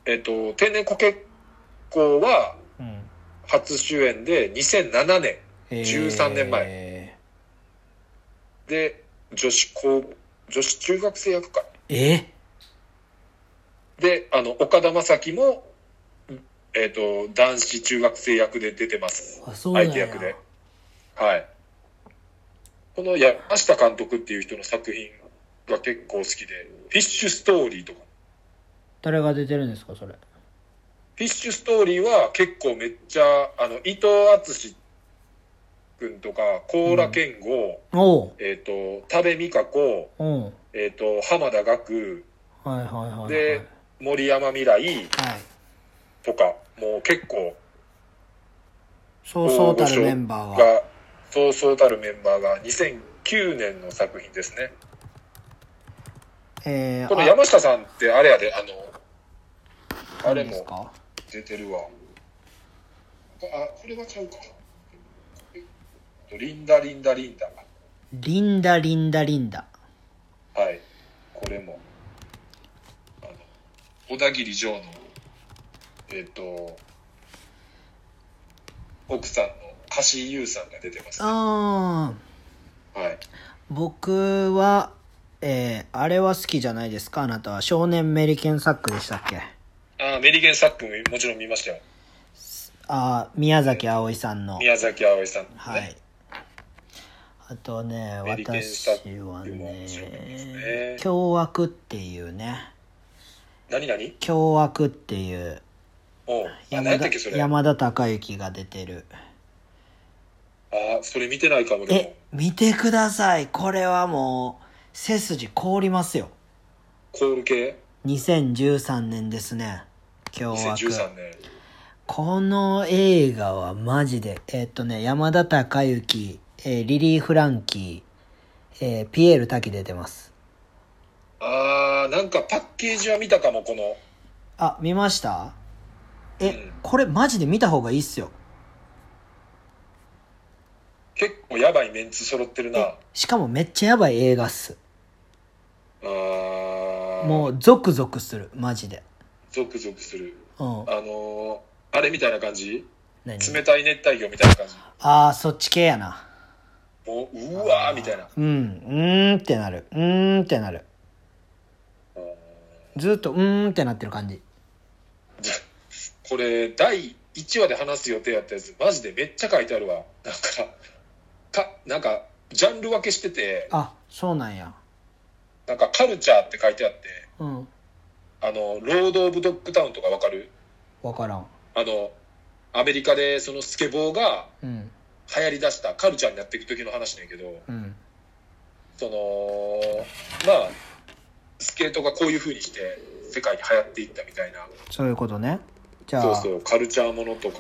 B: えーっと、天然コ結構は、
A: うん
B: 初主演で2007年13年
A: 前
B: で、女子高、女子中学生役か。
A: え
B: で、あの、岡田将生も、えっ、と、男子中学生役で出てます。
A: あそうなんや
B: 相手役で。はい。この山下監督っていう人の作品が結構好きで、フィッシュストーリーとか。
A: 誰が出てるんですかそれ
B: フィッシュストーリーは結構めっちゃ、あの、伊藤敦史君とか、高良健吾、
A: おう
B: えっ、と、多部未華子、
A: おう
B: えっ、と、浜田岳、
A: はいはいはいはい。
B: で、森山未来
A: はい。
B: とか、もう結構、
A: そうそうたるメンバーが。
B: が、そうそうたるメンバーが2009年の作品ですね。
A: えー、
B: この
A: あ
B: 山下さんってあれやで、あの、あれ
A: 何です
B: も
A: か
B: 出てるわ。あ、これはちゃうか。リンダリンダリンダ。
A: リンダリンダリンダ。
B: はい。これも。あの、小田切城の、えっ、と、奥さんの柏井優さんが出てます、ね。
A: あー。
B: はい。
A: 僕は、えー、あれは好きじゃないですかあなたは少年メリケンサックでしたっけ
B: あーメリケンサックももちろん見ましたよ。
A: あー宮崎あおいさんの。
B: 宮崎あおいさん、ね。
A: はい。あとね、
B: メリケンサ
A: 私
B: ック
A: は
B: も面白かったですね
A: ね、凶悪っていうね、
B: 何何
A: 凶悪っていう
B: おう。あ、
A: 山
B: 何やった
A: 田
B: っけ、それ。あ
A: 山田孝之が出てる。
B: ーそれ見てないかも、でも
A: え。、見てください。これはもう、背筋凍りますよ。
B: コール系
A: 2013年ですね。凶悪。
B: 2013年。
A: この映画はマジで、えっとね、山田孝之、えーリリー・フランキー、えーピエール滝出てます。
B: あーなんかパッケージは見たかも、この。
A: あ、見ましたえ、
B: うん
A: これマジで見た方がいいっすよ。
B: 結構やばいメンツ揃ってるな。あ
A: しかもめっちゃやばい映画っす。
B: ー
A: もうゾクゾクする、マジで。
B: ゾクゾクする。
A: うん。
B: あのー、あれみたいな感じ
A: 何
B: 冷たい熱帯魚みたいな感じ。
A: ああ、そっち系やな。
B: もう、うわーみたいな。
A: うん、うーんってなる。うーんってなる。ずっとうーんってなってる感じ。
B: これ、第1話で話す予定やったやつ、マジでめっちゃ書いてあるわ。なんか、か、なんか、ジャンル分けしてて、
A: あ、そうなんや。
B: なんかカルチャーって書いてあって、
A: うん。
B: あの、ロード・オブ・ドッグ・タウンとかわかる
A: わからん。
B: あの、アメリカでそのスケボーが
A: うん。
B: 流行りだしたカルチャーになっていく時の話なんやけど、
A: うん。
B: その、まあ、スケートがこういう風にして世界に流行っていったみたいな、
A: そういうことね。じゃあ、
B: そうそう、カルチャーものとか、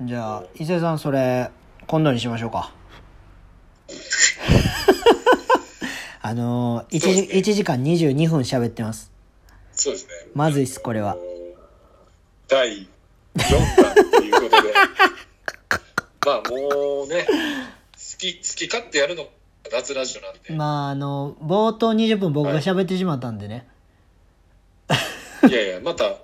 A: じゃあ、伊勢さんそれ、今度にしましょう か。あのー、1,
B: そうですね
A: 時1時間22分喋ってます。
B: そうですね。
A: まずいっす、これは。
B: 第4弾ということ で、まあもうね、好き、好き勝手やるのが夏ラジオなんで、
A: まあ、あの、冒頭20分僕が喋ってしまったんでね。
B: いやいや、また、あ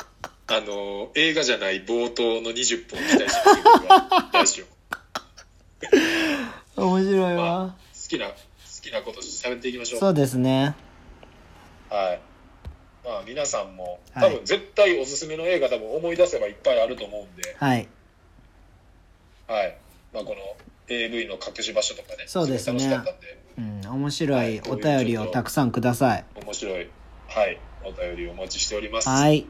B: の、映画じゃない冒頭の20分を期待してますよ僕は来週も
A: 面白い
B: ま
A: わ。
B: 好きな、好きなこと喋っていきましょう。
A: そうですね。
B: はい。まあ皆さんも、
A: はい
B: 多分絶対おすすめの映画多分思い出せばいっぱいあると思うんで、
A: はい。
B: はい。まあこの AV の隠し場所とかね、
A: そうですね
B: ごい楽しかったんで、
A: うん、面白
B: はいい
A: お便りをたくさんください。
B: 面白い、はい、お便りお待ちしております。
A: は。い。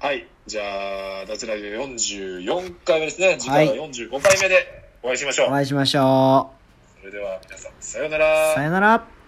B: はい。じゃあ、脱ラジオ44回目ですね。次回は45回目でお会いしましょう。
A: お会いしましょ
B: それでは皆さん、さような
A: う。
B: ら
A: さ。よなら。